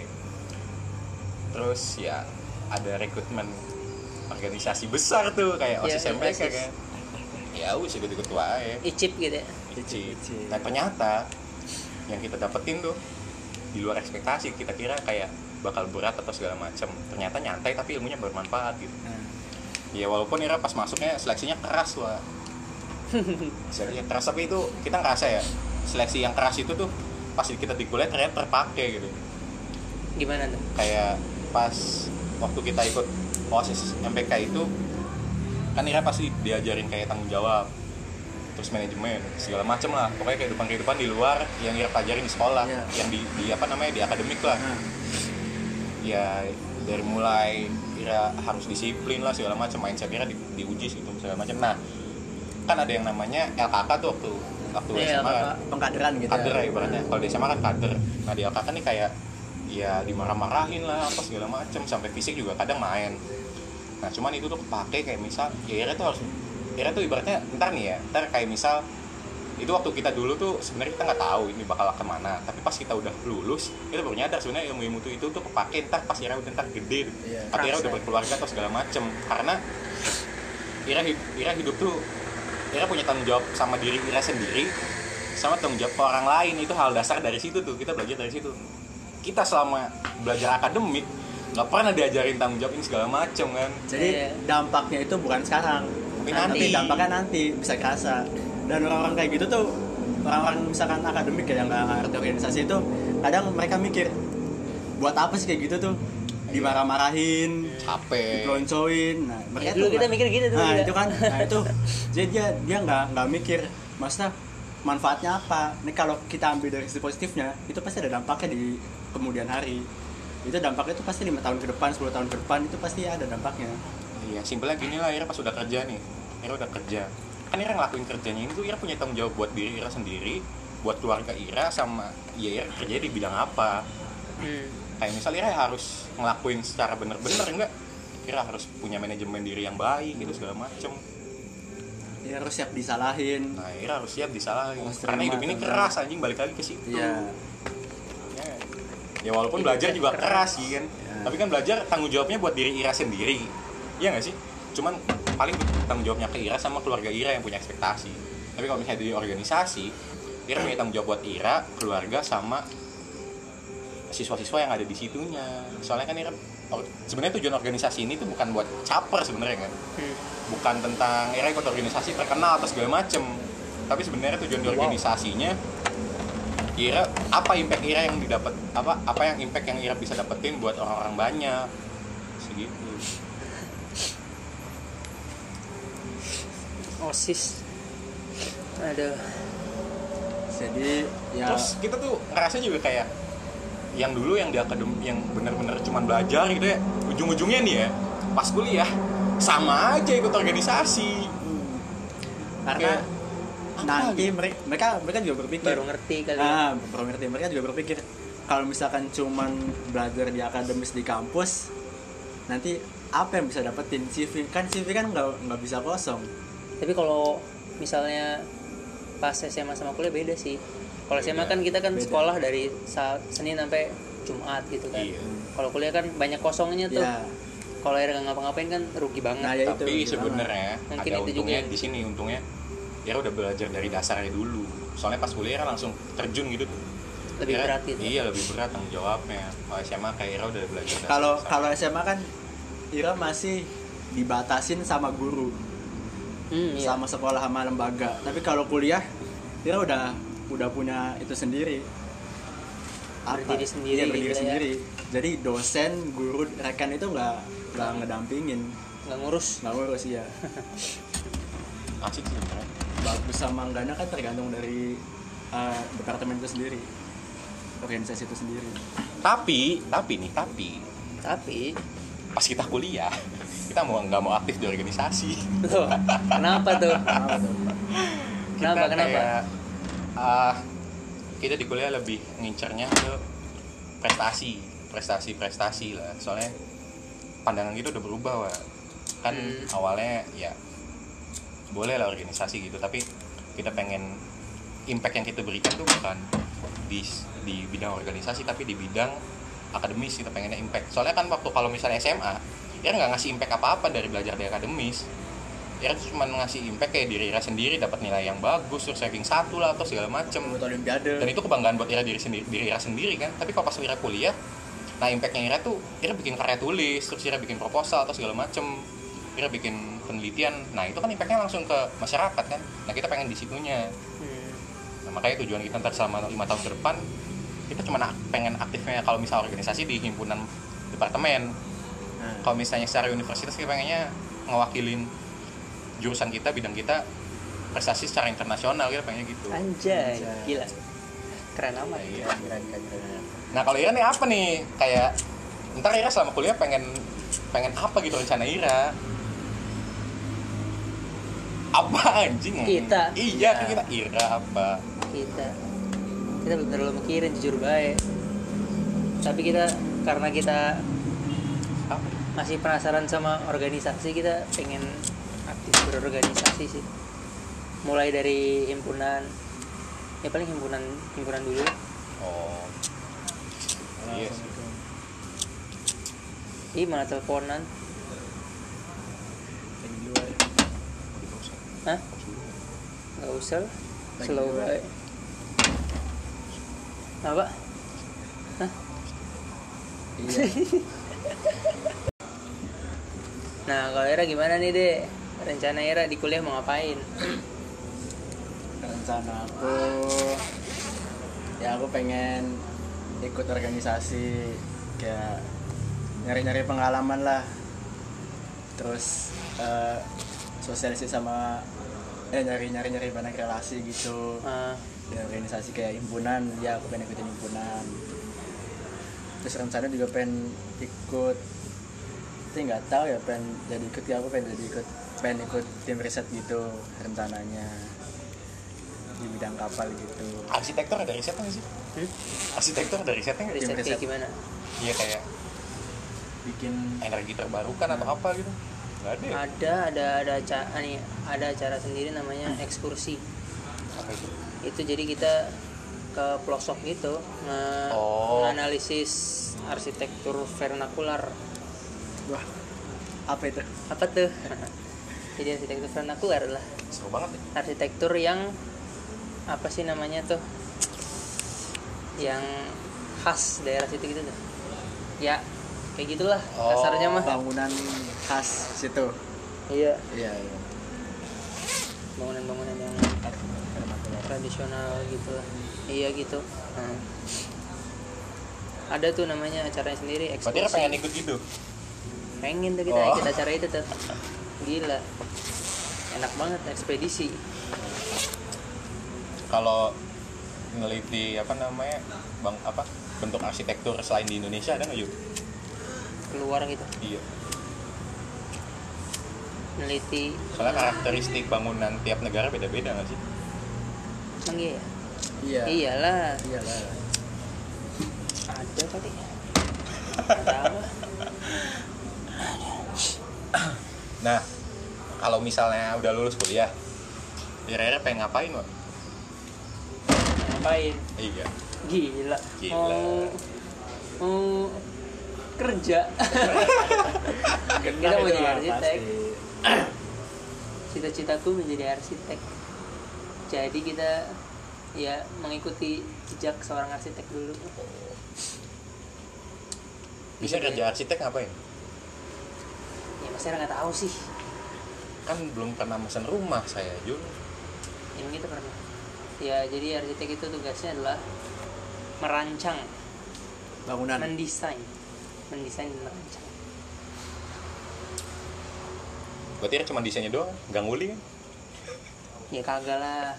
Speaker 4: terus ya ada rekrutmen organisasi besar tuh kayak
Speaker 1: Iya,
Speaker 4: osis MPK
Speaker 1: OSIS.
Speaker 4: kan ya wis ikut ikut aja
Speaker 1: Icip gitu ya.
Speaker 4: Ici.
Speaker 2: Ici.
Speaker 4: Nah ternyata yang kita dapetin tuh di luar ekspektasi kita kira kayak bakal berat atau segala macam. Ternyata nyantai tapi ilmunya bermanfaat gitu.
Speaker 2: Nah,
Speaker 4: Ya walaupun Ira pas masuknya seleksinya keras lah. Seleksinya keras tapi itu kita ngerasa ya seleksi yang keras itu tuh pas kita di kuliah ternyata terpakai gitu.
Speaker 1: Gimana tuh?
Speaker 4: Kayak pas waktu kita ikut OSIS MPK itu kan Ira pasti diajarin kayak tanggung jawab terus manajemen segala macem lah pokoknya kehidupan kehidupan di luar yang Ira pelajarin di sekolah
Speaker 2: Iya.
Speaker 4: yang di, di apa namanya di akademik lah
Speaker 2: nah,
Speaker 4: ya dari mulai Ira harus disiplin lah segala macam mindset Ira di, diuji gitu segala macam nah kan ada yang namanya LKK tuh waktu waktu
Speaker 1: Iya,
Speaker 4: SMA kan
Speaker 1: Kakak.
Speaker 2: pengkaderan gitu
Speaker 4: kader ya ibaratnya kalau di SMA kan kader nah di LKK nih kayak ya dimarah-marahin lah apa segala macem sampai fisik juga kadang main nah cuman itu tuh kepake kayak misal ya Ira tuh harus Ira tuh ibaratnya ntar nih ya ntar kayak misal itu waktu kita dulu tuh sebenarnya kita nggak tahu ini bakal kemana tapi pas kita udah lulus kita baru nyadar sebenarnya ilmu ilmu tuh itu tuh kepake ntar pas Ira udah ntar gede
Speaker 2: Iya.
Speaker 4: tapi Ira
Speaker 1: Kerasa.
Speaker 4: udah berkeluarga atau segala macem karena Ira hidup, Ira hidup tuh Ira punya tanggung jawab sama diri Ira sendiri sama tanggung jawab ke orang lain itu hal dasar dari situ tuh kita belajar dari situ kita selama belajar akademik nggak pernah diajarin tanggung jawab ini segala macem kan
Speaker 2: Jadi
Speaker 1: Iya.
Speaker 2: dampaknya itu bukan sekarang,
Speaker 4: Tapi nanti.
Speaker 2: tapi dampaknya nanti bisa kerasa. Dan orang-orang kayak gitu tuh orang-orang misalkan akademik ya yang nggak ngerti organisasi itu kadang mereka mikir buat apa sih kayak gitu tuh dimarah-marahin
Speaker 3: capek
Speaker 2: diploncoin nah
Speaker 1: Ya,
Speaker 2: mereka
Speaker 1: dulu
Speaker 2: tuh
Speaker 1: kita
Speaker 2: nggak-
Speaker 1: mikir gitu dulu
Speaker 2: nah
Speaker 1: kita.
Speaker 2: itu kan nah itu jadi dia dia nggak nggak mikir maksudnya manfaatnya apa nih kalau kita ambil dari sisi positifnya itu pasti ada dampaknya di kemudian hari itu dampaknya itu pasti lima tahun ke depan 10 tahun ke depan itu pasti ada dampaknya
Speaker 4: Iya, simpelnya gini lah Ira pas udah kerja nih. Ira udah kerja. Kan Ira ngelakuin kerjanya itu Ira punya tanggung jawab buat diri Ira sendiri, buat keluarga Ira sama ya Ira kerja di bidang apa.
Speaker 1: Hmm.
Speaker 4: Kayak misalnya Ira harus ngelakuin secara bener-bener enggak? Ira harus punya manajemen diri yang baik gitu segala macem.
Speaker 2: dia harus siap disalahin
Speaker 4: Nah Ira harus siap disalahin.
Speaker 2: Harus
Speaker 4: Karena
Speaker 2: terima,
Speaker 4: hidup ini
Speaker 2: terima.
Speaker 4: keras anjing balik lagi ke situ.
Speaker 2: iya
Speaker 4: Ya. Ya walaupun belajar juga keras sih kan. Tapi kan belajar tanggung jawabnya buat diri Ira sendiri. Iya nggak sih? Cuman paling tanggung jawabnya ke Ira sama keluarga Ira yang punya ekspektasi. Tapi kalau misalnya di organisasi, Ira punya tanggung jawab buat Ira, keluarga sama siswa-siswa yang ada di situnya. Soalnya kan Ira or- sebenarnya tujuan organisasi ini tuh bukan buat caper sebenarnya kan.
Speaker 1: Hmm.
Speaker 4: Bukan tentang Ira ikut organisasi terkenal atau segala macem. Tapi sebenarnya tujuan di organisasinya Ira apa impact Ira yang didapat apa apa yang impact yang Ira bisa dapetin buat orang-orang banyak segitu
Speaker 1: osis aduh
Speaker 2: Iya. jadi ya
Speaker 4: terus kita tuh ngerasa juga kayak yang dulu yang di akadem yang benar-benar cuman belajar gitu ya ujung-ujungnya nih ya pas kuliah sama aja ikut organisasi
Speaker 2: karena
Speaker 4: Kayak,
Speaker 2: hmm, nanti mereka mereka mereka juga berpikir
Speaker 1: baru ngerti kali ya.
Speaker 2: ah baru ngerti mereka juga berpikir kalau misalkan cuman belajar di akademis di kampus nanti apa yang bisa dapetin CV kan CV kan nggak nggak bisa kosong
Speaker 1: tapi kalau misalnya pas SMA sama kuliah beda sih kalau SMA kan kita kan
Speaker 2: Beda.
Speaker 1: sekolah dari sa- Senin sampai Jumat gitu kan
Speaker 4: Iya.
Speaker 1: kalau kuliah kan banyak kosongnya tuh
Speaker 2: ya
Speaker 1: kalau akhirnya nggak ngapa-ngapain kan rugi banget
Speaker 2: nah ya itu
Speaker 4: tapi
Speaker 2: gimana?
Speaker 4: sebenarnya
Speaker 1: gitu. Nah, Mungkin
Speaker 4: ada
Speaker 1: itu
Speaker 4: untungnya
Speaker 1: juga.
Speaker 4: di sini untungnya Ira udah belajar dari dasarnya dulu soalnya pas kuliah Ira langsung terjun gitu tuh.
Speaker 1: lebih
Speaker 4: Ira-
Speaker 1: berat gitu
Speaker 4: iya lebih berat tanggung jawabnya kalau SMA kayak Ira udah belajar dasar-
Speaker 2: kalau
Speaker 4: dasar.
Speaker 2: kalau SMA kan Ira masih dibatasin sama guru
Speaker 1: Hmm, iya.
Speaker 2: sama sekolah sama lembaga tapi kalau kuliah Ira udah udah punya itu sendiri
Speaker 1: Berdiri sendiri
Speaker 2: Iya, berdiri
Speaker 1: gitu ya.
Speaker 2: sendiri jadi dosen guru rekan itu nggak nggak ngedampingin
Speaker 1: nggak ngurus
Speaker 2: nggak ngurus ya
Speaker 4: asik sih sebenarnya
Speaker 2: bagus sama enggaknya kan tergantung dari eh, departemen itu sendiri organisasi itu sendiri
Speaker 4: tapi tapi nih tapi
Speaker 1: tapi
Speaker 4: pas kita kuliah kita mau nggak mau aktif di organisasi
Speaker 1: tuh kenapa tuh Hmm, kenapa
Speaker 4: kita
Speaker 1: kenapa
Speaker 4: kayak, ah, kita di kuliah lebih ngincernya ke prestasi prestasi prestasi lah soalnya pandangan gitu udah berubah Wak. kan
Speaker 1: Hmm.
Speaker 4: awalnya ya boleh lah organisasi gitu tapi kita pengen impact yang kita berikan tuh bukan di di bidang organisasi tapi di bidang akademis kita pengennya impact soalnya kan waktu kalau misalnya SMA ya nggak ngasih impact apa-apa dari belajar di akademis ya cuma ngasih impact kayak diri Ira sendiri dapat nilai yang bagus terus ranking satu lah atau segala macem
Speaker 2: buat olimpiade
Speaker 4: dan itu kebanggaan buat Ira diri sendiri diri Ira sendiri kan tapi kalau pas Ira kuliah nah impactnya Ira tuh Ira bikin karya tulis terus Ira bikin proposal atau segala macem Ira bikin penelitian nah itu kan impactnya langsung ke masyarakat kan nah kita pengen di situnya
Speaker 1: Hmm.
Speaker 4: Nah, makanya tujuan kita ntar selama lima tahun ke depan kita cuma na- pengen aktifnya kalau misal organisasi di himpunan departemen.
Speaker 2: Nah.
Speaker 4: Kalau misalnya secara universitas kita pengennya ngewakilin jurusan kita, bidang kita prestasi secara internasional kita pengennya gitu.
Speaker 1: anjay
Speaker 2: Anjay.
Speaker 1: gila keren amat
Speaker 4: Iya. Nah, kalau Ira nih apa nih? Kayak ntar Ira selama kuliah pengen pengen apa gitu rencana Ira? Apa anjing?
Speaker 1: Kita.
Speaker 4: Iya, kita Ira apa?
Speaker 1: kita kita belum terlalu mikirin jujur baik tapi kita karena kita
Speaker 4: Apa?
Speaker 1: masih penasaran sama organisasi kita pengen aktif berorganisasi sih mulai dari himpunan ya paling himpunan himpunan dulu
Speaker 4: Oh. Iya sih.
Speaker 1: ih mana teleponan
Speaker 2: Yang di luar.
Speaker 1: Hah? nggak usah lah.
Speaker 2: Lagi
Speaker 1: slow
Speaker 2: dua.
Speaker 1: baik apa
Speaker 2: iya
Speaker 1: nah kalau Era gimana nih deh rencana Era di kuliah mau ngapain
Speaker 2: rencana aku ya aku pengen ikut organisasi kayak nyari-nyari pengalaman lah terus eh, sosialisasi sama eh nyari-nyari nyari banyak relasi gitu
Speaker 1: Ah,
Speaker 2: di organisasi kayak himpunan ya aku pengen ikutin himpunan terus rencana juga pengen ikut tapi nggak tahu ya pengen jadi ikut ya aku pengen jadi ikut pengen ikut tim riset gitu rencananya di bidang kapal gitu
Speaker 4: Arsitektur ada risetnya nggak sih? Arsitektur ada risetnya nggak?
Speaker 1: riset
Speaker 2: riset.
Speaker 1: kayak gimana
Speaker 4: Iya kayak
Speaker 2: bikin
Speaker 4: energi terbarukan atau apa gitu? Gak ada. ya?
Speaker 1: ada ada ada acara nih ada acara sendiri namanya ekskursi
Speaker 4: Apa itu?
Speaker 1: itu jadi kita ke pelosok gitu nge-
Speaker 4: Oh.
Speaker 1: menganalisis arsitektur vernakular
Speaker 2: wah apa itu
Speaker 1: apa tuh jadi arsitektur vernakular lah
Speaker 4: Seru banget ya.
Speaker 1: arsitektur yang apa sih namanya tuh yang khas daerah situ gitu tuh ya kayak gitulah
Speaker 4: Oh.
Speaker 1: kasarnya mah
Speaker 2: bangunan khas situ
Speaker 1: iya
Speaker 2: iya iya
Speaker 1: bangunan-bangunan yang tradisional gitu lah iya gitu Nah. ada tuh namanya acaranya sendiri
Speaker 4: Berarti dia
Speaker 1: ekskursi
Speaker 4: pengen ikut gitu.
Speaker 1: pengen tuh kita
Speaker 4: Oh.
Speaker 1: ikut acara itu tuh gila enak banget ekspedisi
Speaker 4: Kalau meneliti apa namanya bang apa bentuk arsitektur selain di Indonesia ada nggak yuk?
Speaker 1: keluar gitu
Speaker 4: Iya.
Speaker 1: meneliti
Speaker 4: Soalnya kan- karakteristik bangunan tiap negara beda-beda nggak sih?
Speaker 1: emang iya ya?
Speaker 2: iya
Speaker 1: iyalah
Speaker 2: iyalah
Speaker 1: ada kali Nggak tahu lah.
Speaker 4: Nah, kalau misalnya udah lulus kuliah, kira-kira pengen ngapain, Wak?
Speaker 1: ngapain
Speaker 4: Iya.
Speaker 1: gila,
Speaker 4: Gila.
Speaker 1: mau mau kerja kita
Speaker 2: Nah,
Speaker 1: mau
Speaker 2: itu
Speaker 1: jadi
Speaker 2: lah,
Speaker 1: arsitek
Speaker 2: pasti.
Speaker 1: cita-citaku menjadi arsitek jadi kita ya mengikuti jejak seorang arsitek dulu
Speaker 4: Bisa
Speaker 1: Iya.
Speaker 4: kerja arsitek ngapain?
Speaker 1: ya pasti orang nggak tahu sih
Speaker 4: Kan belum pernah mesen rumah saya, Jun.
Speaker 1: yang kita pernah gitu ya jadi arsitek itu tugasnya adalah merancang
Speaker 2: bangunan
Speaker 1: mendesain mendesain dan merancang
Speaker 4: Berarti cuma desainnya doang, nggak nguli kan?
Speaker 1: ya kagak lah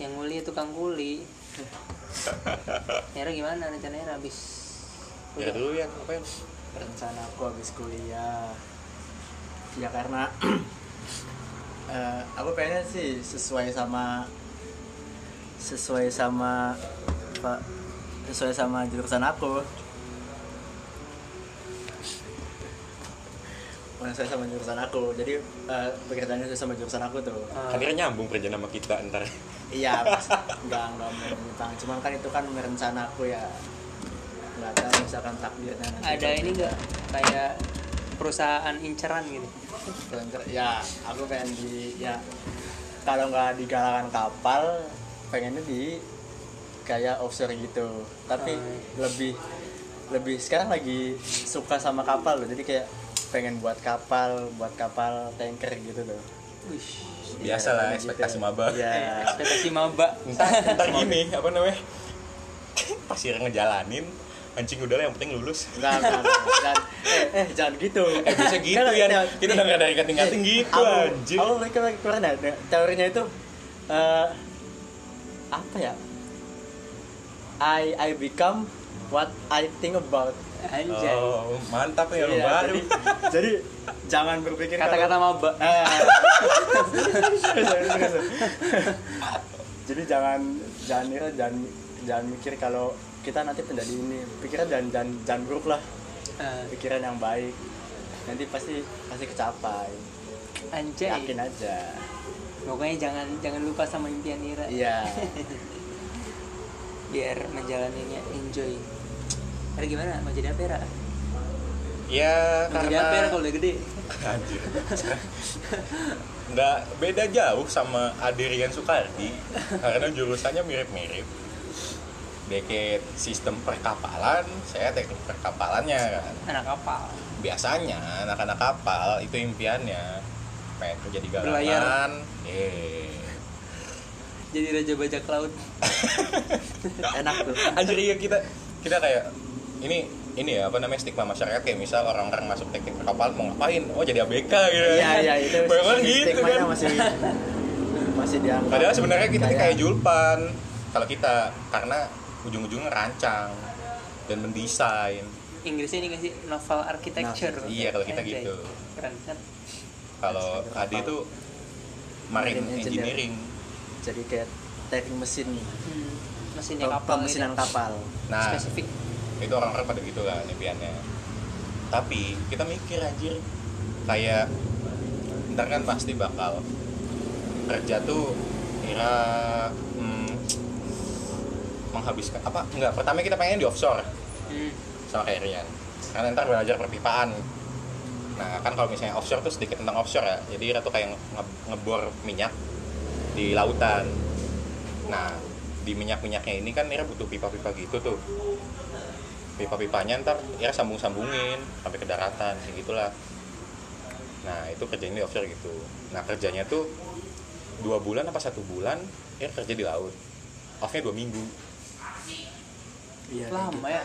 Speaker 1: yang nguli itu kang kuli Nera gimana rencananya habis kuliah?
Speaker 4: Ya dulu ya, ngapain?
Speaker 2: rencana aku habis kuliah ya karena eh, aku pengennya sih sesuai sama sesuai sama apa sesuai sama jurusan aku Bukan sesuai sama jurusan aku jadi eh, pekerjaannya sesuai sama jurusan aku tuh
Speaker 1: Eh,
Speaker 4: Kan kira nyambung kerja sama kita ntar.
Speaker 2: iya mas nggak nggak menyimpang cuman kan itu kan rencana aku ya nggak tahu misalkan takdirnya nanti
Speaker 1: ada ini nggak kayak perusahaan inceran gitu
Speaker 2: Kelencer- ya aku pengen di ya kalau nggak di galangan kapal pengennya di kayak offshore gitu tapi
Speaker 1: Hmm.
Speaker 2: lebih lebih sekarang lagi suka sama kapal loh jadi kayak pengen buat kapal buat kapal tanker gitu loh Iya,
Speaker 1: Wih,
Speaker 4: Biasa lah, ekspektasi maba.
Speaker 1: eh,
Speaker 2: ya
Speaker 1: ekspektasi maba
Speaker 4: Entar, entar gini, apa namanya? Pasir ngejalanin, anjing udahlah yang penting lulus.
Speaker 2: Enggak, enggak, enggak. jangan, eh, eh, jangan gitu.
Speaker 4: Eh bisa gitu
Speaker 2: Enggak,
Speaker 4: ya,
Speaker 2: enggak. Eh,
Speaker 4: kita dengar dari kating-kating gitu
Speaker 2: Aku-
Speaker 4: anjir.
Speaker 2: Aku mereka lagi kemarin ada teorinya itu eh apa ya? I I become what I think about.
Speaker 1: anjay
Speaker 4: Oh, mantap ya lu
Speaker 2: Iya,
Speaker 4: baru.
Speaker 2: Jadi, jadi jangan berpikir
Speaker 1: kata-kata maba
Speaker 2: kalau- Eh. Sorry, sorry, sorry. jadi jangan jangan jangan jangan, jangan mikir kalau kita nanti menjadi ini. Pikiran jangan jangan jangan buruk lah.
Speaker 1: Eh,
Speaker 2: Pikiran yang baik. Nanti pasti pasti kecapai.
Speaker 1: anjay
Speaker 4: Iya.
Speaker 2: Yakin aja.
Speaker 1: pokoknya jangan jangan lupa sama impian Ira
Speaker 2: Iya.
Speaker 1: biar menjalaninya enjoy Ira gimana mau jadi apa Ira
Speaker 4: Ya
Speaker 1: mau jadi apa Ira kalau
Speaker 4: karena
Speaker 1: udah gede
Speaker 4: anjir. Nggak beda jauh sama Adirian Sukardi karena jurusannya mirip-mirip. Deket sistem perkapalan, saya teknik perkapalannya kan.
Speaker 1: anak kapal
Speaker 4: Biasanya anak-anak kapal itu impiannya pengen kerja di
Speaker 1: Berlayar.
Speaker 4: galangan. Eh.
Speaker 1: jadi raja bajak laut
Speaker 2: enak tuh
Speaker 4: anjir iya kita kita kayak ini ini ya apa namanya stigma masyarakat kayak misal orang-orang masuk teknik kapal mau ngapain oh jadi ABK gitu
Speaker 2: Iya,
Speaker 4: kan.
Speaker 2: iya itu.
Speaker 4: banyak orang gitu
Speaker 2: stigmanya
Speaker 4: kan
Speaker 2: masih masih dianggap.
Speaker 4: padahal sebenarnya kita kayak,
Speaker 2: kayak
Speaker 4: julpan kalau kita karena ujung-ujungnya rancang dan mendesain
Speaker 1: Inggrisnya ini nggak sih novel architecture.
Speaker 4: iya kalau kita
Speaker 1: Anjay.
Speaker 4: gitu
Speaker 1: Keren kan?
Speaker 4: kalau Adi itu marine
Speaker 2: Marine engineering.
Speaker 4: engineering
Speaker 2: jadi kayak teknik mesin
Speaker 1: Hmm, mesinnya kapal.
Speaker 2: pemesinan
Speaker 1: gitu.
Speaker 2: kapal.
Speaker 4: nah
Speaker 1: Spesifik.
Speaker 4: itu orang-orang pada gitu lah impiannya tapi kita mikir anjir kayak ntar kan pasti bakal kerja tuh kira hmm, menghabiskan apa enggak pertama kita pengen di offshore
Speaker 1: Hmm.
Speaker 4: sama kayak Rian karena ntar belajar perpipaan nah kan kalau misalnya offshore tuh sedikit tentang offshore ya jadi Ira tuh kayak nge- ngebor minyak di lautan nah di minyak-minyaknya ini kan Ira butuh pipa-pipa gitu tuh pipa-pipanya ntar Ira sambung-sambungin sampai ke daratan kayak gitulah nah itu kerjanya di offshore gitu nah kerjanya tuh dua bulan apa satu bulan Ira kerja di laut offnya dua minggu
Speaker 2: Iya. kayak
Speaker 4: Gitu.
Speaker 1: Lama ya.
Speaker 4: Iya,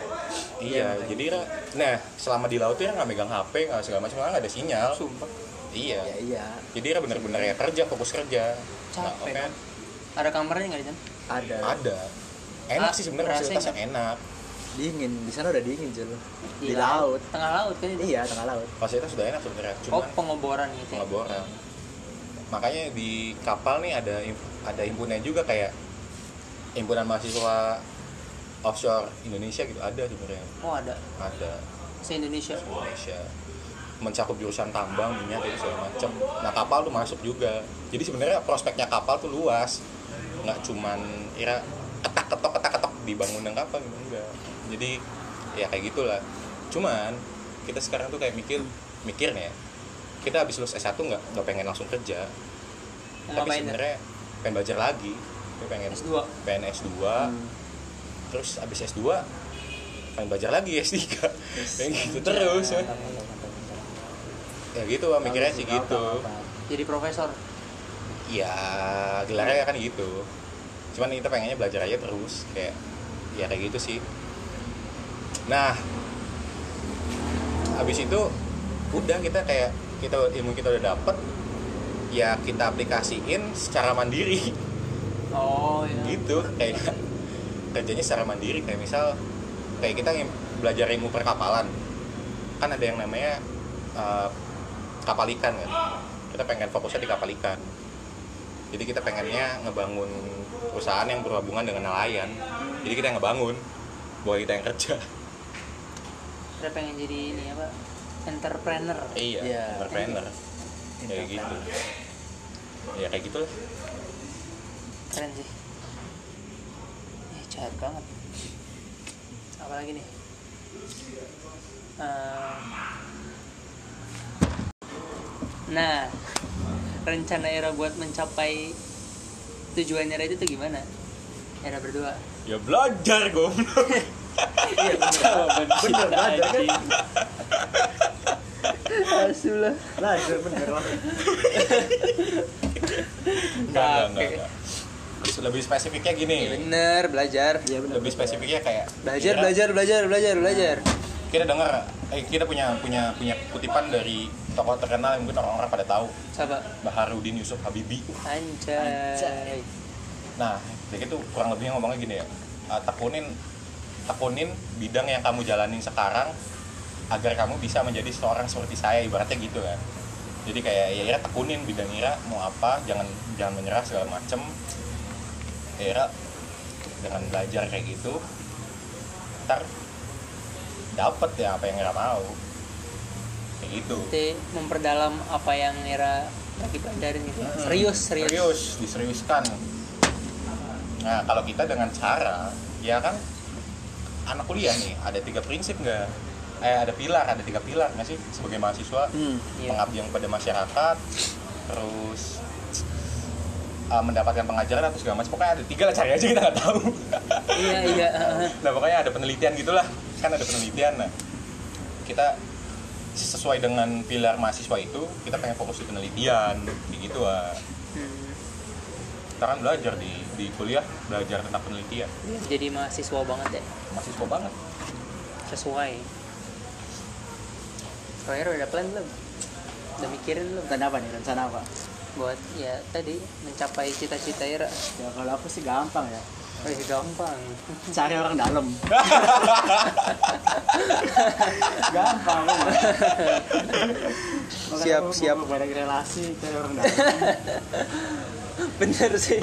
Speaker 2: Iya,
Speaker 4: jadi Ra, nah selama di laut tuh ya nggak megang HP, nggak segala macam, nggak ada sinyal.
Speaker 1: Sumpah.
Speaker 4: Iya.
Speaker 2: gitu. Ya iya.
Speaker 4: Jadi Ra bener-bener ya kerja, fokus kerja. Nah,
Speaker 1: Capek
Speaker 4: oke,
Speaker 1: dong. Ada kamarnya nggak di sana?
Speaker 2: Ada.
Speaker 4: Ada. Enak
Speaker 1: Ah,
Speaker 4: sih sebenarnya
Speaker 1: berasa
Speaker 4: fasilitasnya enak.
Speaker 2: Dingin. Di sana udah dingin Jul.
Speaker 4: Iya.
Speaker 2: Di, laut.
Speaker 1: Tengah laut kan itu.
Speaker 2: Iya tengah laut.
Speaker 4: Fasilitas sudah enak sebenarnya,
Speaker 1: Oh
Speaker 4: cuman
Speaker 1: pengoboran gitu. ya?
Speaker 4: pengeboran. Makanya di kapal nih ada im- ada himpunan juga kayak himpunan mahasiswa offshore Indonesia gitu ada sebenarnya.
Speaker 1: Oh ada.
Speaker 4: Ada.
Speaker 1: Se Indonesia.
Speaker 4: Indonesia mencakup jurusan tambang minyak itu segala macam nah kapal tuh masuk juga jadi sebenarnya prospeknya kapal tuh luas nggak cuman kira ketak ketok ketak ketok di bangunan kapal gitu enggak jadi ya kayak gitulah cuman kita sekarang tuh kayak mikir mikirnya kita habis lulus S1 nggak nggak pengen langsung kerja
Speaker 1: Mau Ngapain?
Speaker 4: tapi
Speaker 1: ya?
Speaker 4: sebenarnya ya. pengen belajar lagi Kita pengen
Speaker 1: S2.
Speaker 4: pengen S2
Speaker 2: Hmm.
Speaker 4: terus habis S2 pengen belajar lagi S3 pengen gitu terus
Speaker 2: Ya,
Speaker 4: ya.
Speaker 2: mantap, mantap, mantap, mantap.
Speaker 4: ya gitu lah, mikirnya sih
Speaker 2: Mantap,
Speaker 4: gitu
Speaker 2: mantap, mantap.
Speaker 1: Jadi profesor.
Speaker 4: ya gelarnya kan gitu cuman kita pengennya belajar aja terus kayak ya kayak gitu sih nah habis itu udah kita kayak kita ilmu kita udah dapet ya kita aplikasiin secara mandiri
Speaker 1: Oh iya.
Speaker 4: gitu kayak kerjanya secara mandiri kayak misal kayak kita yang belajar ilmu perkapalan kan ada yang namanya eh, kapal ikan kan kita pengen fokusnya di kapal ikan jadi kita pengennya ngebangun perusahaan yang berhubungan dengan nelayan jadi kita yang ngebangun bukan kita yang kerja
Speaker 1: Saya pengen jadi ini apa? Entrepreneur.
Speaker 4: iya
Speaker 2: Iya.
Speaker 4: entrepreneur kayak
Speaker 2: Mantap.
Speaker 4: gitu ya kayak gitu lah
Speaker 1: Keren sih. Eh jahat banget. Apalagi nih? Eh, Nah, rencana Era buat mencapai tujuan Era itu tuh gimana? Era berdua.
Speaker 4: ya belajar goblok
Speaker 1: Iya, jawaban
Speaker 2: Bener, belajar kan?
Speaker 1: Asulah.
Speaker 2: Lah, Jul, bener lah.
Speaker 4: enggak enggak, enggak,
Speaker 1: Oke.
Speaker 4: enggak. lebih spesifiknya gini
Speaker 1: Bener, belajar.
Speaker 2: Iya bener.
Speaker 4: lebih spesifiknya kayak
Speaker 1: Belajar,
Speaker 2: Iya.
Speaker 4: kita-
Speaker 1: belajar, belajar, belajar, belajar.
Speaker 4: kita dengar eh, kita punya punya punya kutipan dari tokoh terkenal yang mungkin orang-orang pada tahu
Speaker 1: Coba.
Speaker 4: Baharudin Yusuf Habibie
Speaker 1: Anjay.
Speaker 4: nah jadi itu kurang lebihnya ngomongnya gini ya eh, tekunin tekunin bidang yang kamu jalanin sekarang agar kamu bisa menjadi seorang seperti saya ibaratnya gitu kan jadi kayak ya Ira tekunin bidang Ira mau apa jangan jangan menyerah segala macem ya, Ira dengan belajar kayak gitu ntar dapet ya apa yang Ira mau kayak gitu
Speaker 1: Nanti memperdalam apa yang Era lagi pelajarin gitu.
Speaker 4: Mm-mm.
Speaker 1: Serius, serius.
Speaker 4: diseriuskan nah kalau kita dengan cara ya kan anak kuliah nih ada tiga prinsip nggak eh ada pilar ada tiga pilar nggak sih sebagai mahasiswa
Speaker 2: Hmm.
Speaker 1: Iya.
Speaker 4: pengabdian kepada masyarakat terus eh, mendapatkan pengajaran atau segala macam pokoknya ada tiga lah cari aja kita nggak tahu
Speaker 1: Iya, iya. heeh.
Speaker 4: nah pokoknya ada penelitian gitulah kan ada penelitian nah kita sesuai dengan pilar mahasiswa itu kita pengen fokus di penelitian kayak gitu ah
Speaker 1: Hmm.
Speaker 4: kita kan belajar di di kuliah belajar tentang penelitian
Speaker 1: Jadi mahasiswa banget ya.
Speaker 4: mahasiswa banget
Speaker 1: Sesuai. Kalau Hera udah plan belum? Udah mikirin belum?
Speaker 2: rencana apa nih rencana apa
Speaker 1: Buat ya tadi mencapai cita-cita Hera
Speaker 2: ya kalau aku sih gampang ya
Speaker 1: Eh, gampang.
Speaker 2: cari orang dalam gampang kan? Makanya
Speaker 1: Siap,
Speaker 2: aku
Speaker 1: siap.
Speaker 2: memperbaiki relasi cari orang dalam
Speaker 1: Bener sih.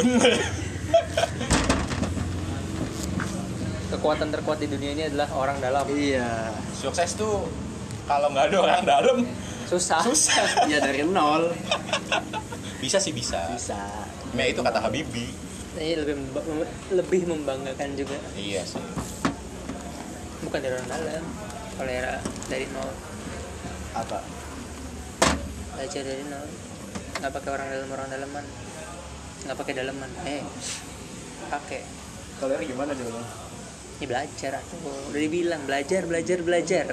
Speaker 1: Kekuatan terkuat di dunia ini adalah orang dalam.
Speaker 2: iya
Speaker 4: sukses tuh kalau nggak ada orang dalam
Speaker 1: Susah.
Speaker 4: susah
Speaker 2: iya dari nol
Speaker 4: bisa sih bisa
Speaker 2: bisa
Speaker 4: ya itu kata Habibie
Speaker 1: Ini lebih memba- lebih membanggakan juga.
Speaker 4: iya sih
Speaker 1: Bukan dari orang dalam. Kalau Hera dari nol,
Speaker 2: apa
Speaker 1: belajar dari nol. Nggak pakai orang dalam orang dalaman. Nggak pakai dalaman. Eh, pakai.
Speaker 2: kalau Ira gimana dulu
Speaker 1: Ya belajar atuh. Udah dibilang belajar, belajar, belajar.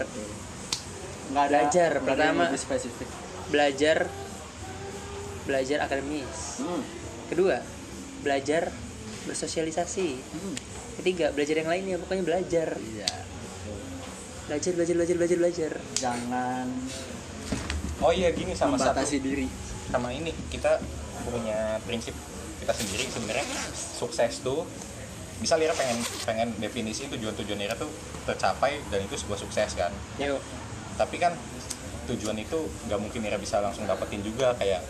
Speaker 2: nggak ada
Speaker 1: Belajar,
Speaker 2: nggak ada yang
Speaker 1: pertama.
Speaker 2: lebih spesifik
Speaker 1: Belajar belajar akademis.
Speaker 2: Hmm,
Speaker 1: Kedua, belajar bersosialisasi.
Speaker 2: hmm.
Speaker 1: Ketiga, belajar yang lainnya pokoknya belajar.
Speaker 2: iya
Speaker 1: Belajar, belajar, belajar, belajar, belajar.
Speaker 2: jangan
Speaker 4: oh iya gini sama satu
Speaker 2: membatasi diri
Speaker 4: sama ini kita punya prinsip kita sendiri sebenarnya sukses tuh bisa Lira pengen pengen definisi tujuan-tujuan Lira tuh tercapai dan itu sebuah sukses kan
Speaker 1: Yuk.
Speaker 4: tapi kan tujuan itu nggak mungkin Ira bisa langsung dapetin juga kayak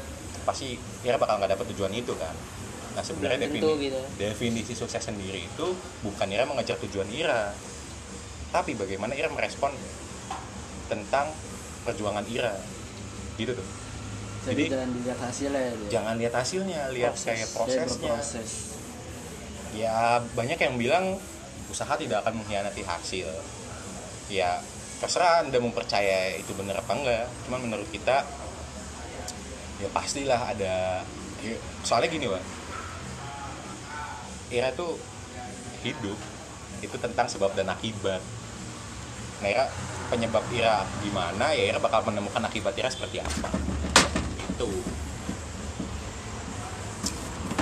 Speaker 4: pasti Ira bakal nggak dapet tujuan itu kan nah sebenarnya
Speaker 1: Belum
Speaker 4: defini-
Speaker 1: tentu gitu.
Speaker 4: definisi sukses sendiri itu bukan Ira mengejar tujuan Ira tapi bagaimana Ira merespon tentang perjuangan Ira gitu tuh
Speaker 2: jadi
Speaker 4: Jadi-
Speaker 2: jangan dilihat hasilnya ya Eh,
Speaker 4: jangan lihat hasilnya lihat kayak prosesnya
Speaker 2: proses
Speaker 4: ya banyak yang bilang usaha tidak akan mengkhianati hasil ya terserah anda mempercaya itu benar apa enggak cuman menurut kita ya pastilah ada ya, soalnya gini Wan Ira tuh hidup itu tentang sebab dan akibat nah Ira penyebab Ira gimana ya Ira bakal menemukan akibat Ira seperti apa itu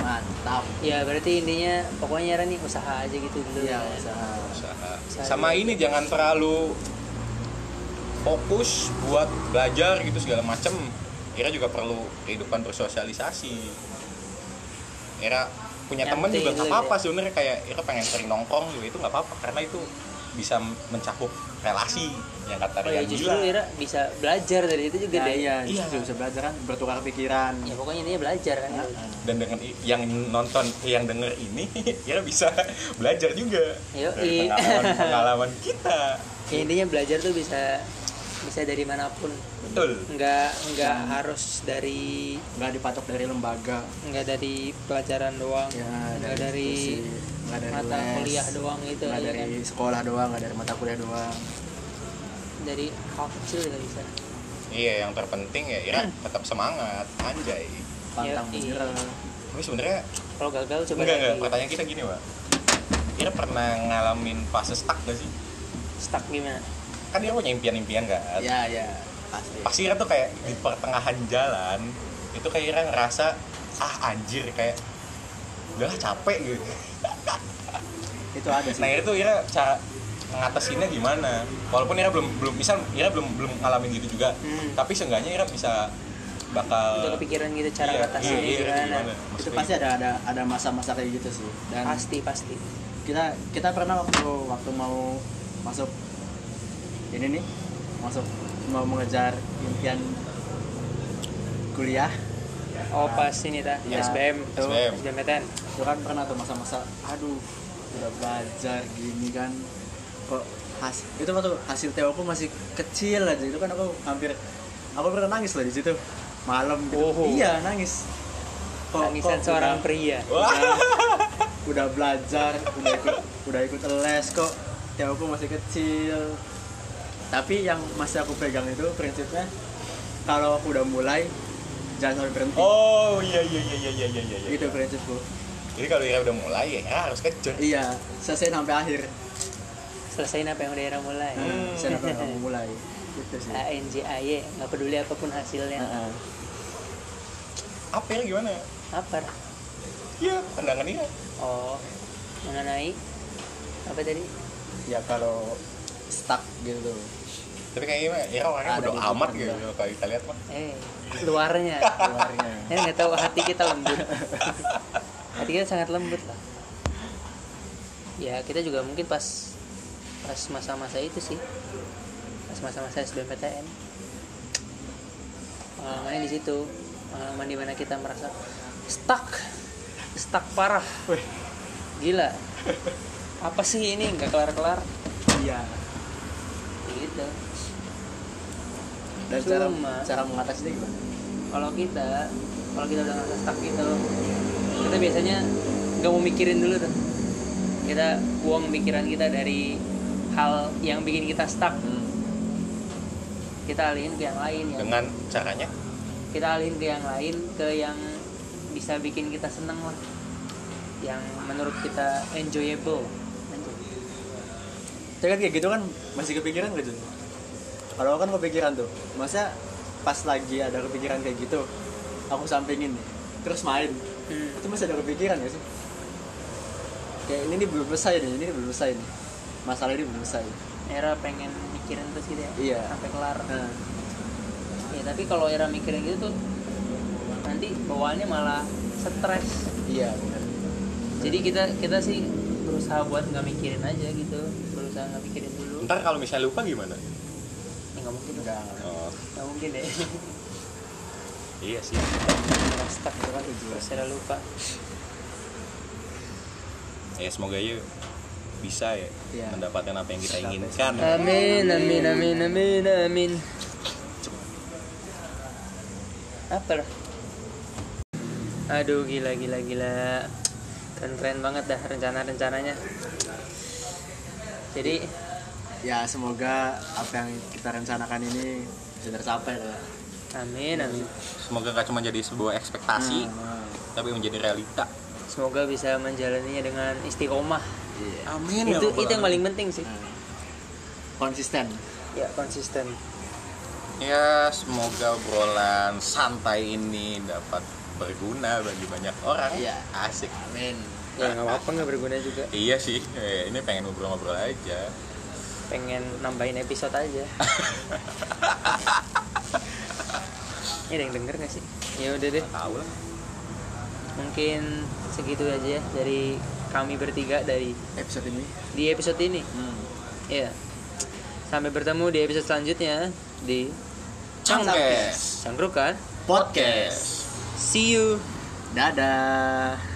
Speaker 2: mantap
Speaker 1: Ya berarti intinya pokoknya Ra nih usaha aja gitu dulu.
Speaker 2: iya
Speaker 1: kan.
Speaker 2: usaha
Speaker 4: usaha.
Speaker 1: Usaha
Speaker 4: Sama ini jangan terlalu fokus buat belajar gitu segala macem. Ira juga perlu kehidupan bersosialisasi. Ira punya temen
Speaker 1: Nyantai
Speaker 4: juga nggak
Speaker 1: dulu
Speaker 4: apa-apa
Speaker 1: ya.
Speaker 4: sebenarnya kayak Ira pengen sering nongkrong juga itu nggak apa-apa karena itu bisa mencakup relasi yang kata
Speaker 1: Oh, ya
Speaker 4: Rian
Speaker 1: justru
Speaker 4: bilang.
Speaker 1: Ira bisa belajar dari itu juga
Speaker 2: Nah,
Speaker 1: deh.
Speaker 2: iya,
Speaker 4: Iya.
Speaker 2: justru bisa belajar kan bertukar pikiran.
Speaker 1: Ya pokoknya intinya belajar kan.
Speaker 2: Nah,
Speaker 1: gitu.
Speaker 4: Dan dengan i- yang nonton, yang denger ini, Ira bisa belajar juga
Speaker 1: Yoi.
Speaker 4: dari pengalaman, pengalaman kita.
Speaker 1: Ya, intinya belajar tuh bisa bisa dari manapun.
Speaker 4: Betul.
Speaker 1: Nggak nggak
Speaker 2: Iya.
Speaker 1: harus dari
Speaker 2: nggak dipatok dari lembaga,
Speaker 1: nggak dari pelajaran doang.
Speaker 4: Iya.
Speaker 2: ya
Speaker 1: nggak dari
Speaker 2: institusi, nggak dari
Speaker 1: mata
Speaker 2: les,
Speaker 1: kuliah doang gitu
Speaker 2: nggak
Speaker 1: aja
Speaker 2: dari
Speaker 1: kan.
Speaker 2: sekolah doang, nggak dari mata kuliah doang.
Speaker 1: Dari hal kecil juga bisa.
Speaker 4: Iya, yang terpenting ya Ira tetap semangat, anjay.
Speaker 2: Pantang
Speaker 1: Yoi.
Speaker 2: menyerah.
Speaker 4: Tapi sebenarnya
Speaker 1: Kalau gagal coba
Speaker 4: enggak enggak.
Speaker 1: lagi.
Speaker 4: Pertanyaan kita gini, Pak. Ira pernah ngalamin fase stuck gak sih?
Speaker 1: Stuck gimana?
Speaker 4: Kan Ira punya impian-impian
Speaker 1: Iya.
Speaker 4: kan?
Speaker 2: Ya, ya, pasti.
Speaker 4: Pasti Ira tuh kayak di pertengahan jalan itu kayak Ira ngerasa ah anjir kayak udah capek gitu.
Speaker 2: Itu ada sih.
Speaker 4: Nah Ira tuh Ira cara ngatasinnya gimana? Walaupun Ira belum belum misal Ira belum belum ngalamin gitu juga,
Speaker 1: Hmm.
Speaker 4: tapi seenggaknya Ira bisa
Speaker 1: Udah
Speaker 4: bakal
Speaker 1: kepikiran gitu cara
Speaker 4: Eh, Iya,
Speaker 1: ngatasinnya
Speaker 4: iya, iya,
Speaker 1: gimana.
Speaker 2: itu
Speaker 4: Maksudnya-
Speaker 2: pasti ada ada ada masa-masa kayak gitu sih. Dan
Speaker 1: Pasti pasti.
Speaker 2: kita kita pernah waktu waktu mau masuk ini nih, masuk mau mengejar impian kuliah
Speaker 1: Oh pas ini dah
Speaker 2: Ya,
Speaker 4: Iya.
Speaker 1: SBM tuh
Speaker 4: SBM.
Speaker 1: SBMPTN.
Speaker 2: itu kan pernah tuh masa-masa aduh udah belajar gini kan kok hasil itu waktu hasil TO aku masih kecil aja itu kan aku hampir aku pernah nangis lah di situ malam gitu
Speaker 1: Oh.
Speaker 2: iya nangis
Speaker 1: Tangisan seorang
Speaker 2: udah,
Speaker 1: pria.
Speaker 4: Wah.
Speaker 2: udah belajar udah ikut udah ikut les kok TO aku masih kecil tapi yang masih aku pegang itu prinsipnya kalau aku udah mulai jangan sampai berhenti
Speaker 4: Oh iya iya iya iya iya iya iya.
Speaker 2: gitu prinsipku
Speaker 4: Jadi kalau Ira udah mulai ya Ira harus kejar.
Speaker 2: iya selesai sampai akhir
Speaker 1: Selesaiin apa yang udah era mulai.
Speaker 4: Hmm.
Speaker 2: saya dapat kamu mulai gitu sih
Speaker 1: A N J A Y nggak peduli apapun hasilnya.
Speaker 4: Hmm,
Speaker 2: Heeh.
Speaker 4: Apa Ira gimana?
Speaker 1: Apa?
Speaker 4: Iya pandangan Ira.
Speaker 1: Oh mengenai apa tadi?
Speaker 2: ya kalau stuck gitu
Speaker 4: tapi kayak gimana ya orangnya
Speaker 2: Ada
Speaker 4: bodo
Speaker 2: di
Speaker 4: amat
Speaker 2: depan,
Speaker 4: gitu
Speaker 2: Bang.
Speaker 4: kalau kita lihat mah
Speaker 1: eh luarnya
Speaker 2: luarnya
Speaker 1: kan nggak tahu hati kita lembut hati kita sangat lembut lah ya kita juga mungkin pas pas masa-masa itu sih pas masa-masa SBMPTN pengalamannya di situ pengalaman dimana kita merasa stuck stuck parah
Speaker 2: Wih.
Speaker 1: gila apa sih ini nggak kelar-kelar
Speaker 2: iya
Speaker 1: gitu
Speaker 2: dan cara
Speaker 1: Cuma-
Speaker 2: cara mengatasinya gimana
Speaker 1: kalau kita kalau kita udah ngerasa stuck gitu kita biasanya nggak mau mikirin dulu tuh kita buang pikiran kita dari hal yang bikin kita stuck
Speaker 4: Hmm.
Speaker 1: kita alihin ke yang lain ya
Speaker 4: dengan caranya
Speaker 1: kita alihin ke yang lain ke yang bisa bikin kita seneng lah yang menurut kita enjoyable
Speaker 2: Tapi kan kayak gitu kan masih kepikiran gak Jun? Kalau aku kan kepikiran tuh, masa pas lagi ada kepikiran kayak gitu, aku sampingin nih, terus main,
Speaker 1: Hmm.
Speaker 2: itu masih ada kepikiran gak sih? Kayak ini nih belum selesai nih, ini nih belum selesai nih, masalah ini belum selesai.
Speaker 1: Era pengen mikirin terus gitu ya
Speaker 2: Iya.
Speaker 1: sampai kelar
Speaker 2: Nah,
Speaker 1: ya tapi kalau Era mikirin gitu tuh nanti bawaannya malah stres
Speaker 2: iya benar.
Speaker 1: jadi kita kita sih berusaha buat nggak mikirin aja gitu berusaha nggak mikirin dulu
Speaker 4: ntar kalau misalnya lupa gimana
Speaker 1: ya nggak mungkin nggak
Speaker 2: Enggak,
Speaker 4: oh,
Speaker 1: nggak mungkin deh
Speaker 4: iya sih
Speaker 1: Orang stuck
Speaker 2: itu kan tujuan.
Speaker 1: terus era lupa
Speaker 4: ya semoga ya bisa ya
Speaker 2: Iya.
Speaker 4: mendapatkan apa yang kita
Speaker 2: Sampai-
Speaker 4: inginkan Nah,
Speaker 1: amin amin amin amin amin apa lah? aduh gila gila gila keren keren banget dah rencana rencananya jadi
Speaker 2: Ya semoga apa yang kita rencanakan ini bisa tercapai lah.
Speaker 1: amin amin
Speaker 4: semoga gak cuma jadi sebuah ekspektasi
Speaker 2: Nah,
Speaker 4: tapi menjadi realita
Speaker 1: semoga bisa menjalaninya dengan istiqomah
Speaker 2: iya.
Speaker 4: amin ya
Speaker 1: itu
Speaker 4: Rabbal
Speaker 1: itu yang paling
Speaker 4: Alamin.
Speaker 1: penting sih
Speaker 2: Nah, konsisten.
Speaker 1: ya konsisten
Speaker 4: ya semoga obrolan santai ini dapat berguna bagi banyak orang
Speaker 2: Iya.
Speaker 4: asik
Speaker 2: Amin.
Speaker 1: ya nggak apa-apa nggak berguna juga
Speaker 4: iya sih Eh, ini pengen ngobrol-ngobrol aja
Speaker 1: pengen nambahin episode aja ini ada yang denger gak sih ya udah deh
Speaker 4: Nggak tahu lah
Speaker 1: mungkin segitu aja ya dari kami bertiga dari
Speaker 2: Episode ini.
Speaker 1: di episode ini
Speaker 2: Hmm.
Speaker 1: ya sampai bertemu di episode selanjutnya di
Speaker 4: cangkes
Speaker 1: cangkrukan
Speaker 2: Podcast.
Speaker 1: see you
Speaker 2: Dadah.